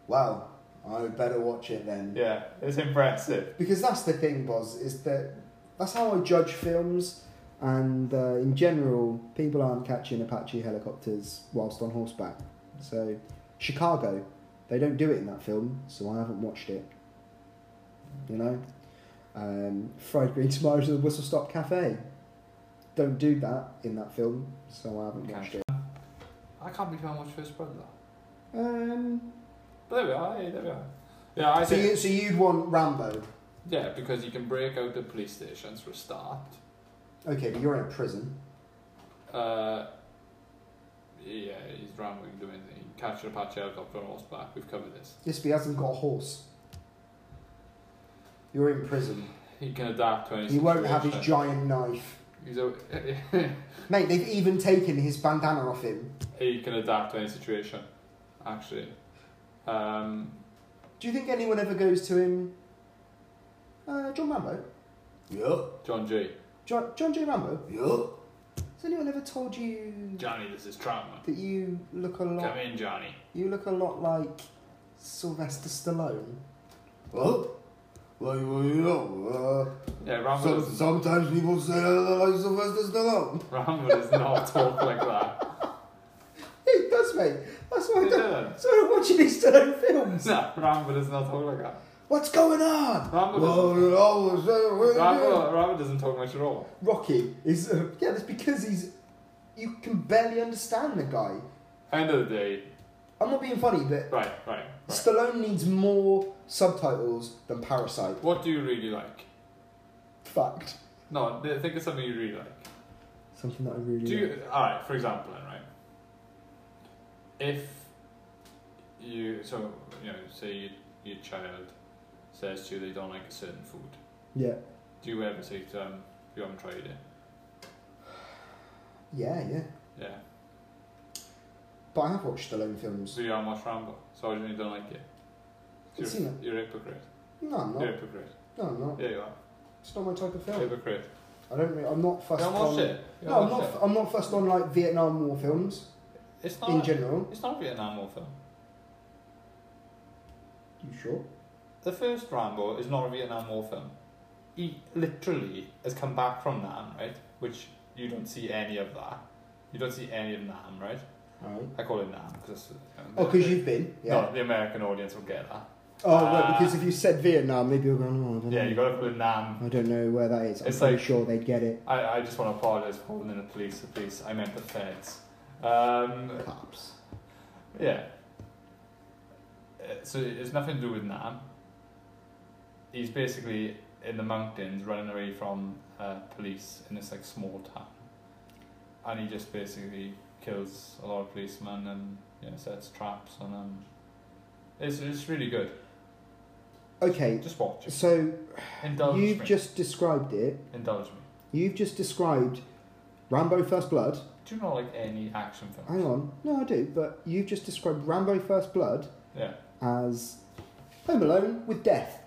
Speaker 4: Wow, I would better watch it then.
Speaker 3: Yeah, it's impressive.
Speaker 4: Because that's the thing, Boz, is that that's how I judge films. And uh, in general, people aren't catching Apache helicopters whilst on horseback. So, Chicago, they don't do it in that film, so I haven't watched it. You know? Um, fried green tomatoes at the Whistle Stop Cafe. Don't do that in that film, so I haven't
Speaker 3: Okay.
Speaker 4: watched it.
Speaker 3: Uh, I can't believe how much First Brother.
Speaker 4: Um,
Speaker 3: But there we are. Hey, there we are. Yeah, I
Speaker 4: so,
Speaker 3: think.
Speaker 4: you, so you'd want Rambo.
Speaker 3: Yeah, because you can break out the police stations for a start.
Speaker 4: Okay, but you're in a prison.
Speaker 3: Uh, yeah, he's Rambo can do anything. He can catch an Apache helicopter on horseback. We've covered this.
Speaker 4: Yes, but he hasn't got a horse. You're in prison.
Speaker 3: He can adapt to any
Speaker 4: He won't have his giant
Speaker 3: situation.
Speaker 4: knife.
Speaker 3: He's a,
Speaker 4: Mate, they've even taken his bandana off him.
Speaker 3: he can adapt to any situation, actually. Um,
Speaker 4: Do you think anyone ever goes to him? Uh, John Rambo? Yeah.
Speaker 3: John G.
Speaker 4: John, John J. Rambo?
Speaker 9: Yup.
Speaker 4: Has anyone ever told you
Speaker 3: Johnny, this is trauma.
Speaker 4: that you look a lot
Speaker 3: Come in, Johnny.
Speaker 4: you look a lot like Sylvester Stallone?
Speaker 9: Well, well, well, you know,
Speaker 3: Yeah,
Speaker 9: uh,
Speaker 3: Rambo
Speaker 9: so,
Speaker 3: doesn't,
Speaker 9: sometimes people say I look like Sylvester Stallone.
Speaker 3: Rambo does not talk like that.
Speaker 4: He does, mate. That's why I
Speaker 3: He
Speaker 4: don't.
Speaker 3: doesn't.
Speaker 4: So I'm watching these Stallone films.
Speaker 3: No, Rambo does not talk like that.
Speaker 4: What's going on?
Speaker 3: Rambo doesn't,
Speaker 9: Well, you always say, well,
Speaker 3: Rambo, Rambo doesn't talk much at all.
Speaker 4: uh, Rocky is uh, yeah. That's because he's. You can barely understand the guy.
Speaker 3: End of the day,
Speaker 4: I'm not being funny, but
Speaker 3: right, right, right.
Speaker 4: Stallone needs more subtitles than Parasite.
Speaker 3: What do you really like?
Speaker 4: Fact.
Speaker 3: No, th- think of something you really like.
Speaker 4: Something that I really.
Speaker 3: Do
Speaker 4: like.
Speaker 3: you, all right, for example, then, right? If you, so, you know, say your, your child says to you they don't like a certain food,
Speaker 4: Yeah.
Speaker 3: do you ever say to them, you haven't tried it?
Speaker 4: Yeah, yeah.
Speaker 3: Yeah.
Speaker 4: But I have watched Stallone films.
Speaker 3: So you haven't watched Rambo, so you don't like it.
Speaker 4: It's
Speaker 3: You're,
Speaker 4: in
Speaker 3: you're a hypocrite.
Speaker 4: No, I'm not.
Speaker 3: You're a hypocrite.
Speaker 4: No, I'm not.
Speaker 3: Yeah, you are.
Speaker 4: It's not my type of film.
Speaker 3: Hypocrite.
Speaker 4: I don't. Really, I'm not
Speaker 3: You
Speaker 4: fussed
Speaker 3: don't
Speaker 4: on.
Speaker 3: watch it. You
Speaker 4: No,
Speaker 3: don't
Speaker 4: I'm
Speaker 3: watch
Speaker 4: not.
Speaker 3: it.
Speaker 4: I'm not fussed on like Vietnam War films
Speaker 3: It's
Speaker 4: in
Speaker 3: not.
Speaker 4: general.
Speaker 3: It's not a Vietnam War film.
Speaker 4: You sure?
Speaker 3: The first Rambo is not a Vietnam War film. He literally has come back from Nam, right? Which you don't see any of that. You don't see any of Nam, right?
Speaker 4: Alright.
Speaker 3: I call it Nam because.
Speaker 4: Oh, because you've been. Yeah.
Speaker 3: No, the American audience will get that.
Speaker 4: Oh, right,
Speaker 3: Ah.
Speaker 4: because if you said Vietnam, maybe you're going, oh, I don't
Speaker 3: Yeah,
Speaker 4: know.
Speaker 3: you gotta put in Nam.
Speaker 4: I don't know where that is. I'm
Speaker 3: It's
Speaker 4: pretty
Speaker 3: like-
Speaker 4: sure they'd get it.
Speaker 3: I, I just want to apologize for holding in the police, the police. I meant the feds. Um,
Speaker 4: Cops.
Speaker 3: yeah. Uh, So it's nothing to do with Nam. He's basically in the mountains running away from uh, police in this like small town. And he just basically kills a lot of policemen and you know, sets traps and um, it's, it's really good.
Speaker 4: Okay,
Speaker 3: Just watch it.
Speaker 4: so
Speaker 3: Indulge
Speaker 4: you've
Speaker 3: me.
Speaker 4: just described it.
Speaker 3: Indulge me.
Speaker 4: You've just described Rambo First Blood.
Speaker 3: Do you not like any action films?
Speaker 4: Hang on. No, I do, but you've just described Rambo First Blood
Speaker 3: Yeah.
Speaker 4: as Home Alone with death.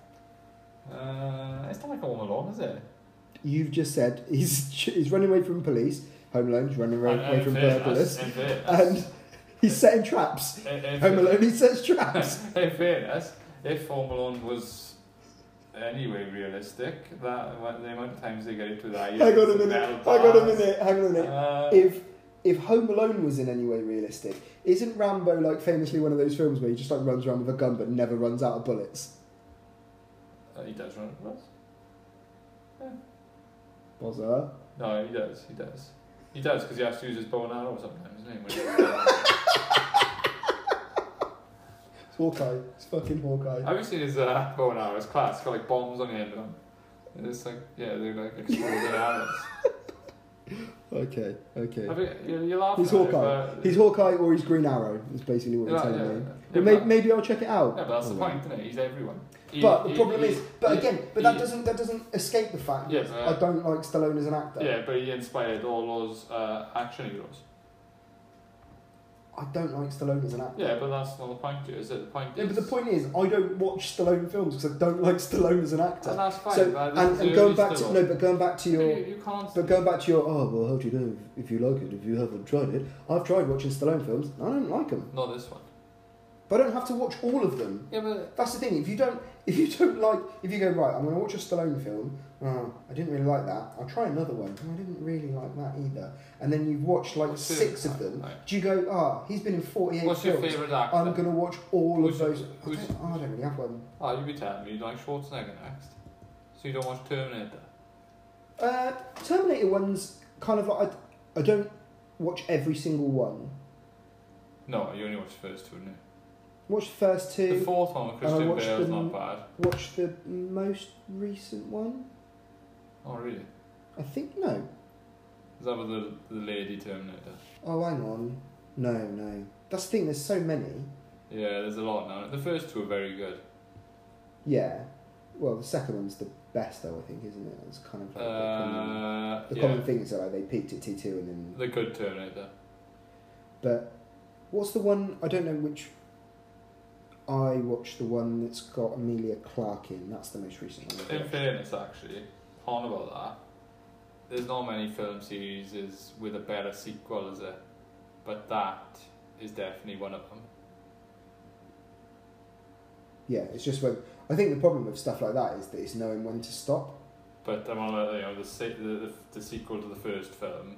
Speaker 3: Uh, it's not like Home Alone, is it?
Speaker 4: You've just said he's, he's running away from police. Home Alone's running away,
Speaker 3: And- and
Speaker 4: away from
Speaker 3: if it is,
Speaker 4: burglars.
Speaker 3: that's- if it is,
Speaker 4: And he's setting traps.
Speaker 3: if- if
Speaker 4: Home
Speaker 3: it-
Speaker 4: Alone, he sets traps.
Speaker 3: in fairness, if Home Alone was anyway realistic, that well, the amount of times they get into that,
Speaker 4: Hang on a minute. Hang on a minute. Hang on a minute.
Speaker 3: Uh,
Speaker 4: if if Home Alone was in any way realistic, isn't Rambo like famously one of those films where he just like runs around with a gun but never runs out of bullets?
Speaker 3: uh, he does run across.
Speaker 4: Bozza.
Speaker 3: No, he does. He does. He does because he has to use his bow and arrow sometimes, doesn't he? when he's-
Speaker 4: It's Hawkeye. It's fucking Hawkeye.
Speaker 3: Have you seen his uh, bow and arrow? It's class. It's got like bombs on the end of them. And It's like yeah, they're like exploding arrows.
Speaker 4: Okay, okay.
Speaker 3: Have you, you, you're laughing.
Speaker 4: He's
Speaker 3: at it,
Speaker 4: Hawkeye.
Speaker 3: but-
Speaker 4: He's Hawkeye or he's Green Arrow. Is basically what
Speaker 3: Yeah,
Speaker 4: you're
Speaker 3: yeah,
Speaker 4: telling me.
Speaker 3: yeah,
Speaker 4: Well,
Speaker 3: but-
Speaker 4: may- maybe I'll check it out.
Speaker 3: Yeah, but that's the
Speaker 4: Oh,
Speaker 3: point, isn't it? He's everyone. He-
Speaker 4: But
Speaker 3: he-
Speaker 4: the problem
Speaker 3: he-
Speaker 4: is, but
Speaker 3: he-
Speaker 4: again, but that
Speaker 3: he-
Speaker 4: doesn't that doesn't escape the fact
Speaker 3: Yeah,
Speaker 4: that
Speaker 3: but-
Speaker 4: I don't like Stallone as an actor.
Speaker 3: Yeah, but he inspired all those uh, action heroes.
Speaker 4: I don't like Stallone as an actor.
Speaker 3: Yeah, but that's not the point, here, is it? The point
Speaker 4: No,
Speaker 3: is.
Speaker 4: but the point is, I don't watch Stallone films because I don't like Stallone as an actor.
Speaker 3: And that's fine.
Speaker 4: so,
Speaker 3: but
Speaker 4: and,
Speaker 3: this is
Speaker 4: and
Speaker 3: the
Speaker 4: going
Speaker 3: early
Speaker 4: back to
Speaker 3: Stallone.
Speaker 4: no, but going back to your
Speaker 3: You, you can't.
Speaker 4: But going back to your, oh, well, how do you know if, if you like it, if you haven't tried it? I've tried watching Stallone films, and I don't like them.
Speaker 3: Not this one.
Speaker 4: But I don't have to watch all of them.
Speaker 3: Yeah, but.
Speaker 4: That's the thing, if you don't, if you don't like, if you go, right, I'm going to watch a Stallone film, oh, I didn't really like that, I'll try another one, "Oh, I didn't really like that either. And then you've watched like
Speaker 3: What's your-
Speaker 4: six of them,
Speaker 3: right.
Speaker 4: do you go, ah, he's been in 48
Speaker 3: What's your
Speaker 4: films,
Speaker 3: favourite actor?
Speaker 4: I'm going to watch all
Speaker 3: Who's
Speaker 4: of
Speaker 3: your-
Speaker 4: those. I
Speaker 3: who's-
Speaker 4: don't, oh, I don't really have one.
Speaker 3: Oh, you'd be telling me you like Schwarzenegger next. So you don't watch Terminator.
Speaker 4: Uh, Terminator ones, kind of like, I, I don't watch every single one.
Speaker 3: No, you only watched the first two, didn't
Speaker 4: Watched the first
Speaker 3: you? The
Speaker 4: two.
Speaker 3: fourth one
Speaker 4: and
Speaker 3: with
Speaker 4: I
Speaker 3: Christian
Speaker 4: watched
Speaker 3: Bale's
Speaker 4: the-
Speaker 3: not bad.
Speaker 4: Watched the most recent one.
Speaker 3: Oh, really?
Speaker 4: I think no.
Speaker 3: Is that with the, the lady Terminator?
Speaker 4: Oh, hang on. No, no. That's the thing. There's so many.
Speaker 3: Yeah, there's a lot now. The first two are very good.
Speaker 4: Yeah. Well, the second one's the best, though. I think, isn't it? It's kind of like the common-
Speaker 3: Uh,
Speaker 4: the
Speaker 3: yeah,
Speaker 4: common thing is that like, they peaked at T two and then
Speaker 3: the good Terminator.
Speaker 4: But what's the one? I don't know which. I watched the one that's got Amelia Clarke in. That's the most recent one.
Speaker 3: In
Speaker 4: I've watched.
Speaker 3: fairness, actually, on about that, there's not many film series is with a better sequel, is it? But that is definitely one of them.
Speaker 4: Yeah, it's just when I think the problem with stuff like that is that it's knowing when to stop.
Speaker 3: But I'm on about, you know the, se- the the the sequel to the first film,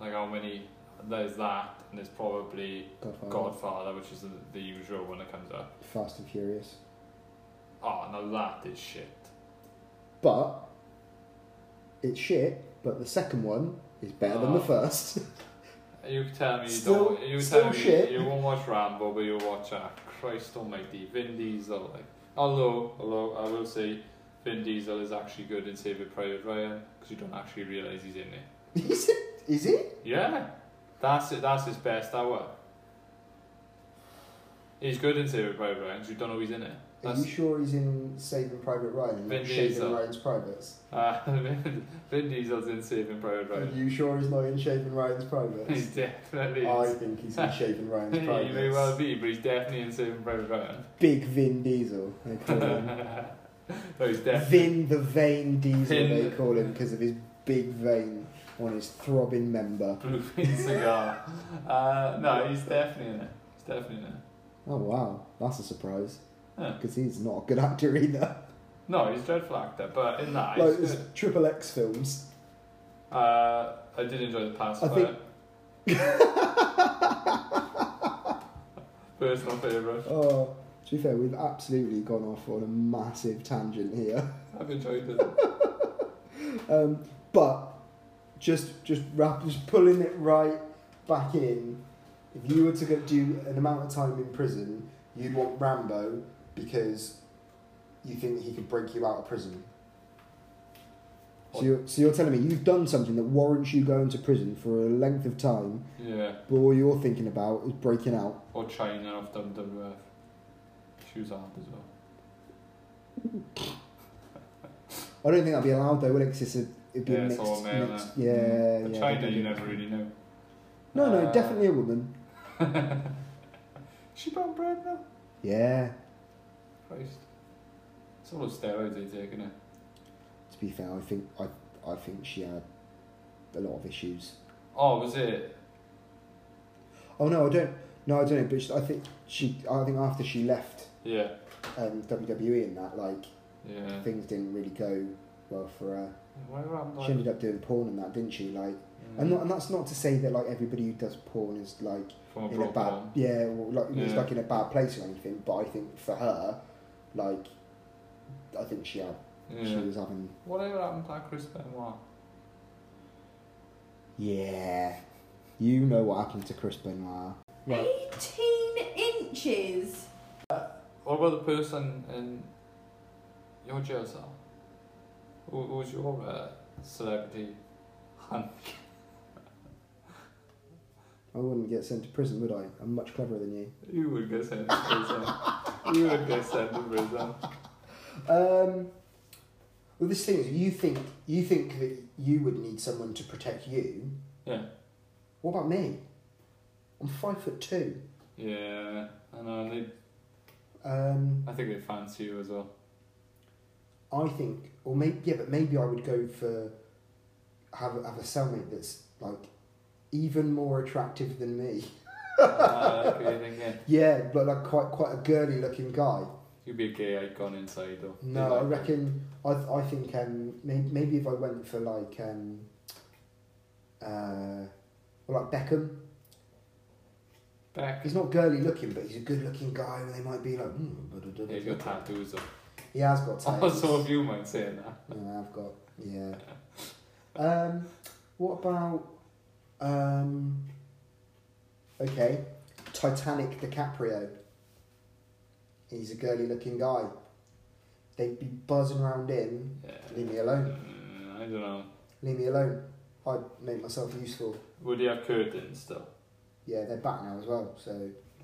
Speaker 3: like how many there's that, and there's probably
Speaker 4: Godfather,
Speaker 3: Godfather, which is the, the usual one that comes up.
Speaker 4: Fast and Furious,
Speaker 3: Oh, now that is shit.
Speaker 4: but it's shit. But the second one is better than the
Speaker 3: Ah.
Speaker 4: first.
Speaker 3: You tell me
Speaker 4: Still-
Speaker 3: you don't. You
Speaker 4: still
Speaker 3: tell me
Speaker 4: shit.
Speaker 3: you won't watch Rambo, but you'll watch uh, Christ Almighty Vin Diesel. Like, although, although I will say, Vin Diesel is actually good in Saving Private Ryan because you don't actually realize he's in it.
Speaker 4: is it? Is it?
Speaker 3: Yeah, that's it. That's his best hour. He's good in Saving Private Ryan 'cause you don't know he's in it.
Speaker 4: Are
Speaker 3: That's
Speaker 4: you sure he's in Saving Private Ryan? and
Speaker 3: Vin
Speaker 4: not Shaving
Speaker 3: Diesel.
Speaker 4: Ryan's Privates.
Speaker 3: uh, Vin, Vin Diesel's in Saving Private
Speaker 4: Are
Speaker 3: Ryan.
Speaker 4: you sure he's not in Shaving Ryan's Privates?
Speaker 3: He's definitely.
Speaker 4: I
Speaker 3: is.
Speaker 4: think he's in Shaving Ryan's
Speaker 3: he
Speaker 4: Privates.
Speaker 3: may well be, but he's definitely in Saving Private Ryan.
Speaker 4: Big Vin Diesel, they call him.
Speaker 3: no, he's definitely.
Speaker 4: Vin the Vein Diesel,
Speaker 3: Vin-
Speaker 4: they call him because of his big vein on his throbbing member.
Speaker 3: Bluefin cigar. Uh, no, he's definitely in it. He's definitely in it.
Speaker 4: Oh wow, that's a surprise.
Speaker 3: Yeah.
Speaker 4: Because he's not a good actor either.
Speaker 3: No, he's a dreadful actor, but in that,
Speaker 4: like
Speaker 3: he's
Speaker 4: his
Speaker 3: good.
Speaker 4: Triple X films.
Speaker 3: Uh, I did enjoy the pass.
Speaker 4: I
Speaker 3: for
Speaker 4: think-
Speaker 3: it. Personal favourite.
Speaker 4: Oh, to be fair, we've absolutely gone off on a massive tangent here.
Speaker 3: I've enjoyed it.
Speaker 4: Um, but just just wrap, just pulling it right back in. If you were to go do an amount of time in prison, you'd want Rambo because you think he could break you out of prison. So you're, so you're telling me you've done something that warrants you going to prison for a length of time,
Speaker 3: Yeah,
Speaker 4: but all you're thinking about is breaking out.
Speaker 3: or China off WWF. She was hard as well.
Speaker 4: I don't think that'd be allowed though, would it? 'Cause it's a, it'd be
Speaker 3: Yeah,
Speaker 4: a
Speaker 3: it's
Speaker 4: mixed,
Speaker 3: all male,
Speaker 4: mixed-
Speaker 3: isn't
Speaker 4: yeah,
Speaker 3: But
Speaker 4: yeah.
Speaker 3: China,
Speaker 4: definitely.
Speaker 3: you never really know.
Speaker 4: No, no,
Speaker 3: Uh,
Speaker 4: definitely a woman.
Speaker 3: She brown bread now?
Speaker 4: Yeah.
Speaker 3: Christ. It's all those steroids they take, innit?
Speaker 4: To be fair, I think I I think she had a lot of issues.
Speaker 3: Oh, was it
Speaker 4: Oh no, I don't. No, I don't know. But she, I think she. I think after she left
Speaker 3: Yeah,
Speaker 4: um, WWE and that, like
Speaker 3: yeah.
Speaker 4: things didn't really go well for her.
Speaker 3: Whatever happened
Speaker 4: She ended up doing porn and that, didn't she? Like, and
Speaker 3: Mm.
Speaker 4: not, and that's not to say that like everybody who does porn is like
Speaker 3: from a
Speaker 4: in a
Speaker 3: broke
Speaker 4: bad
Speaker 3: home.
Speaker 4: yeah, or, like it's
Speaker 3: Yeah.
Speaker 4: like in a bad place or anything. But I think for her, like, I think she had she
Speaker 3: Yeah.
Speaker 4: was having
Speaker 3: Whatever happened to that Chris Benoit?
Speaker 4: yeah. You know what happened to Chris Benoit?
Speaker 3: Right.
Speaker 2: 18 inches.
Speaker 3: What about the person in your jail cell? Who, who's your uh, celebrity hunt?
Speaker 4: I wouldn't get sent to prison, would I? I'm much cleverer than you.
Speaker 3: You would get sent to prison. you would get sent to prison.
Speaker 4: Um, well, this thing is, you think you think that you would need someone to protect you.
Speaker 3: Yeah.
Speaker 4: What about me? I'm five foot two.
Speaker 3: Yeah, I know. They,
Speaker 4: Um,
Speaker 3: I think they fancy you as well.
Speaker 4: I think, or maybe yeah, but maybe I would go for have a- have a cellmate that's like even more attractive than me.
Speaker 3: uh, okay, then, yeah.
Speaker 4: Yeah, but like quite quite a girly looking guy.
Speaker 3: You'd be a gay icon inside, though.
Speaker 4: No, I reckon. I th- I think um maybe, maybe if I went for like um uh well, like Beckham.
Speaker 3: Back.
Speaker 4: He's not girly looking, but he's a good looking guy, and they might be like.
Speaker 3: Yeah,
Speaker 4: Mm,
Speaker 3: you got tattoos. though.
Speaker 4: He has got
Speaker 3: Oh,
Speaker 4: tattoos.
Speaker 3: so if you mind saying that.
Speaker 4: Yeah, I've got yeah. Um, what about um? Okay, Titanic DiCaprio. He's a girly looking guy. They'd be buzzing around him. Leave me alone.
Speaker 3: Mm, I don't know.
Speaker 4: Leave me alone. I'd make myself useful.
Speaker 3: Would you have curtains though?
Speaker 4: Yeah, they're back now as well. So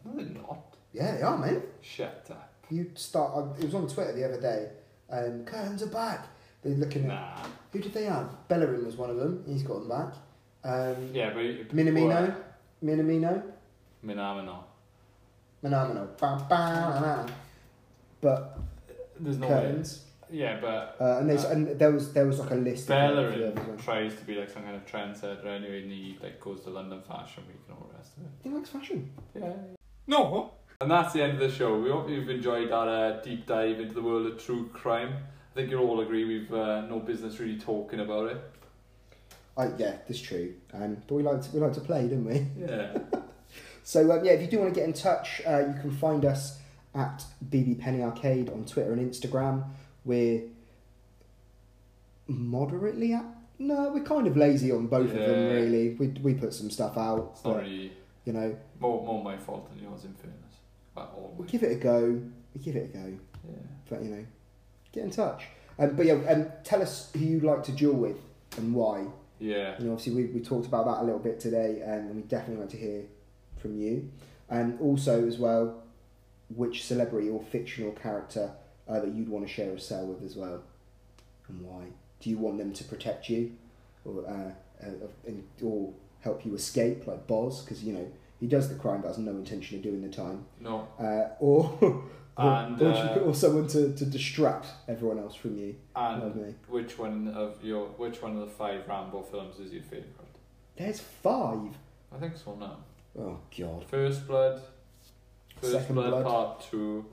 Speaker 3: No, they're not.
Speaker 4: yeah, they are, man.
Speaker 3: Shut up.
Speaker 4: You start. I, it was on Twitter the other day. Um, curtains are back. They're looking at
Speaker 3: Nah.
Speaker 4: who did they have? Bellerin was one of them. He's got them back. Um,
Speaker 3: Yeah, but
Speaker 4: Minamino, Minamino,
Speaker 3: Minamino.
Speaker 4: Minamino. Ba, ba, na, na. But
Speaker 3: There's no
Speaker 4: curtains.
Speaker 3: way. Yeah, but
Speaker 4: Uh, and, there's, and there was there was like a list. of
Speaker 3: Bellerin
Speaker 4: them as well.
Speaker 3: tries to be like some kind of trendsetter anyway, and he like goes to London Fashion Week and all the rest of it.
Speaker 4: He likes fashion.
Speaker 3: Yeah. No. And that's the end of the show. We hope you've enjoyed our uh, deep dive into the world of true crime. I think you'll all agree we've uh, no business really talking about it.
Speaker 4: Uh, yeah, that's true. Um, but we like to, we like to play, don't we?
Speaker 3: Yeah.
Speaker 4: So um, yeah, if you do want to get in touch, uh, you can find us at BB Penny Arcade on Twitter and Instagram. We're moderately at no, we're kind of lazy on both of them
Speaker 3: Yeah.
Speaker 4: really. We we put some stuff out,
Speaker 3: It's
Speaker 4: but,
Speaker 3: not really
Speaker 4: you know,
Speaker 3: more, more my fault than yours, in fairness. But
Speaker 4: we
Speaker 3: always.
Speaker 4: give it a go. We give it a go,
Speaker 3: Yeah.
Speaker 4: but you know, get in touch. Um, but yeah, um, tell us who you'd like to duel with and why.
Speaker 3: Yeah.
Speaker 4: You know, obviously we, we talked about that a little bit today, um, and we definitely want to hear from you. And also as well, which celebrity or fictional character uh, that you'd want to share a cell with as well, and why? Do you want them to protect you, or uh, uh, and, or help you escape, like Boz, because you know he does the crime but has no intention of doing the time,
Speaker 3: No.
Speaker 4: uh, or. or-
Speaker 3: And,
Speaker 4: or,
Speaker 3: uh,
Speaker 4: or someone to, to distract everyone else from you.
Speaker 3: And
Speaker 4: Lovely.
Speaker 3: which one of your which one of the five Rambo films is your favourite?
Speaker 4: There's five.
Speaker 3: I think so now.
Speaker 4: Oh God.
Speaker 3: First Blood. First
Speaker 4: Second
Speaker 3: Blood,
Speaker 4: Blood.
Speaker 3: Part Two.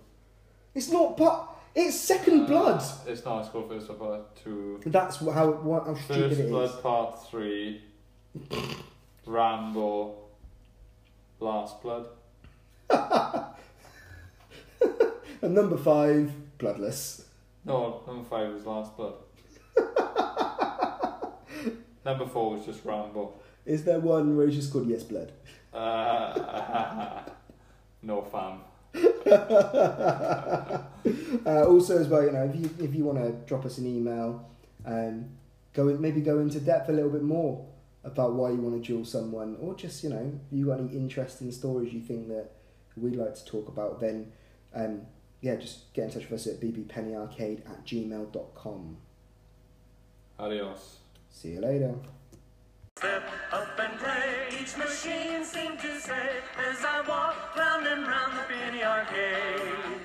Speaker 4: It's not but it's second
Speaker 3: Uh,
Speaker 4: blood.
Speaker 3: It's not. It's called First Blood Part Two.
Speaker 4: That's wh- how what, how stupid
Speaker 3: First
Speaker 4: it
Speaker 3: Blood
Speaker 4: is.
Speaker 3: Part Three. Rambo. Last Blood.
Speaker 4: And number five, bloodless.
Speaker 3: No, number five was Last Blood. number four was just Rambo.
Speaker 4: Is there one where it's just called Yes Blood?
Speaker 3: Uh, no fam.
Speaker 4: Uh, also, as well, you know, if you if you want to drop us an email, um, go in, maybe go into depth a little bit more about why you want to duel someone, or just you know, you got any interesting stories you think that we'd like to talk about, then um, yeah, just get in touch with us at bbpennyarcade at gmail.com.
Speaker 3: Adios.
Speaker 4: See you later.
Speaker 2: Step up and play, each machine seemed to say, as I walk round and round the penny arcade.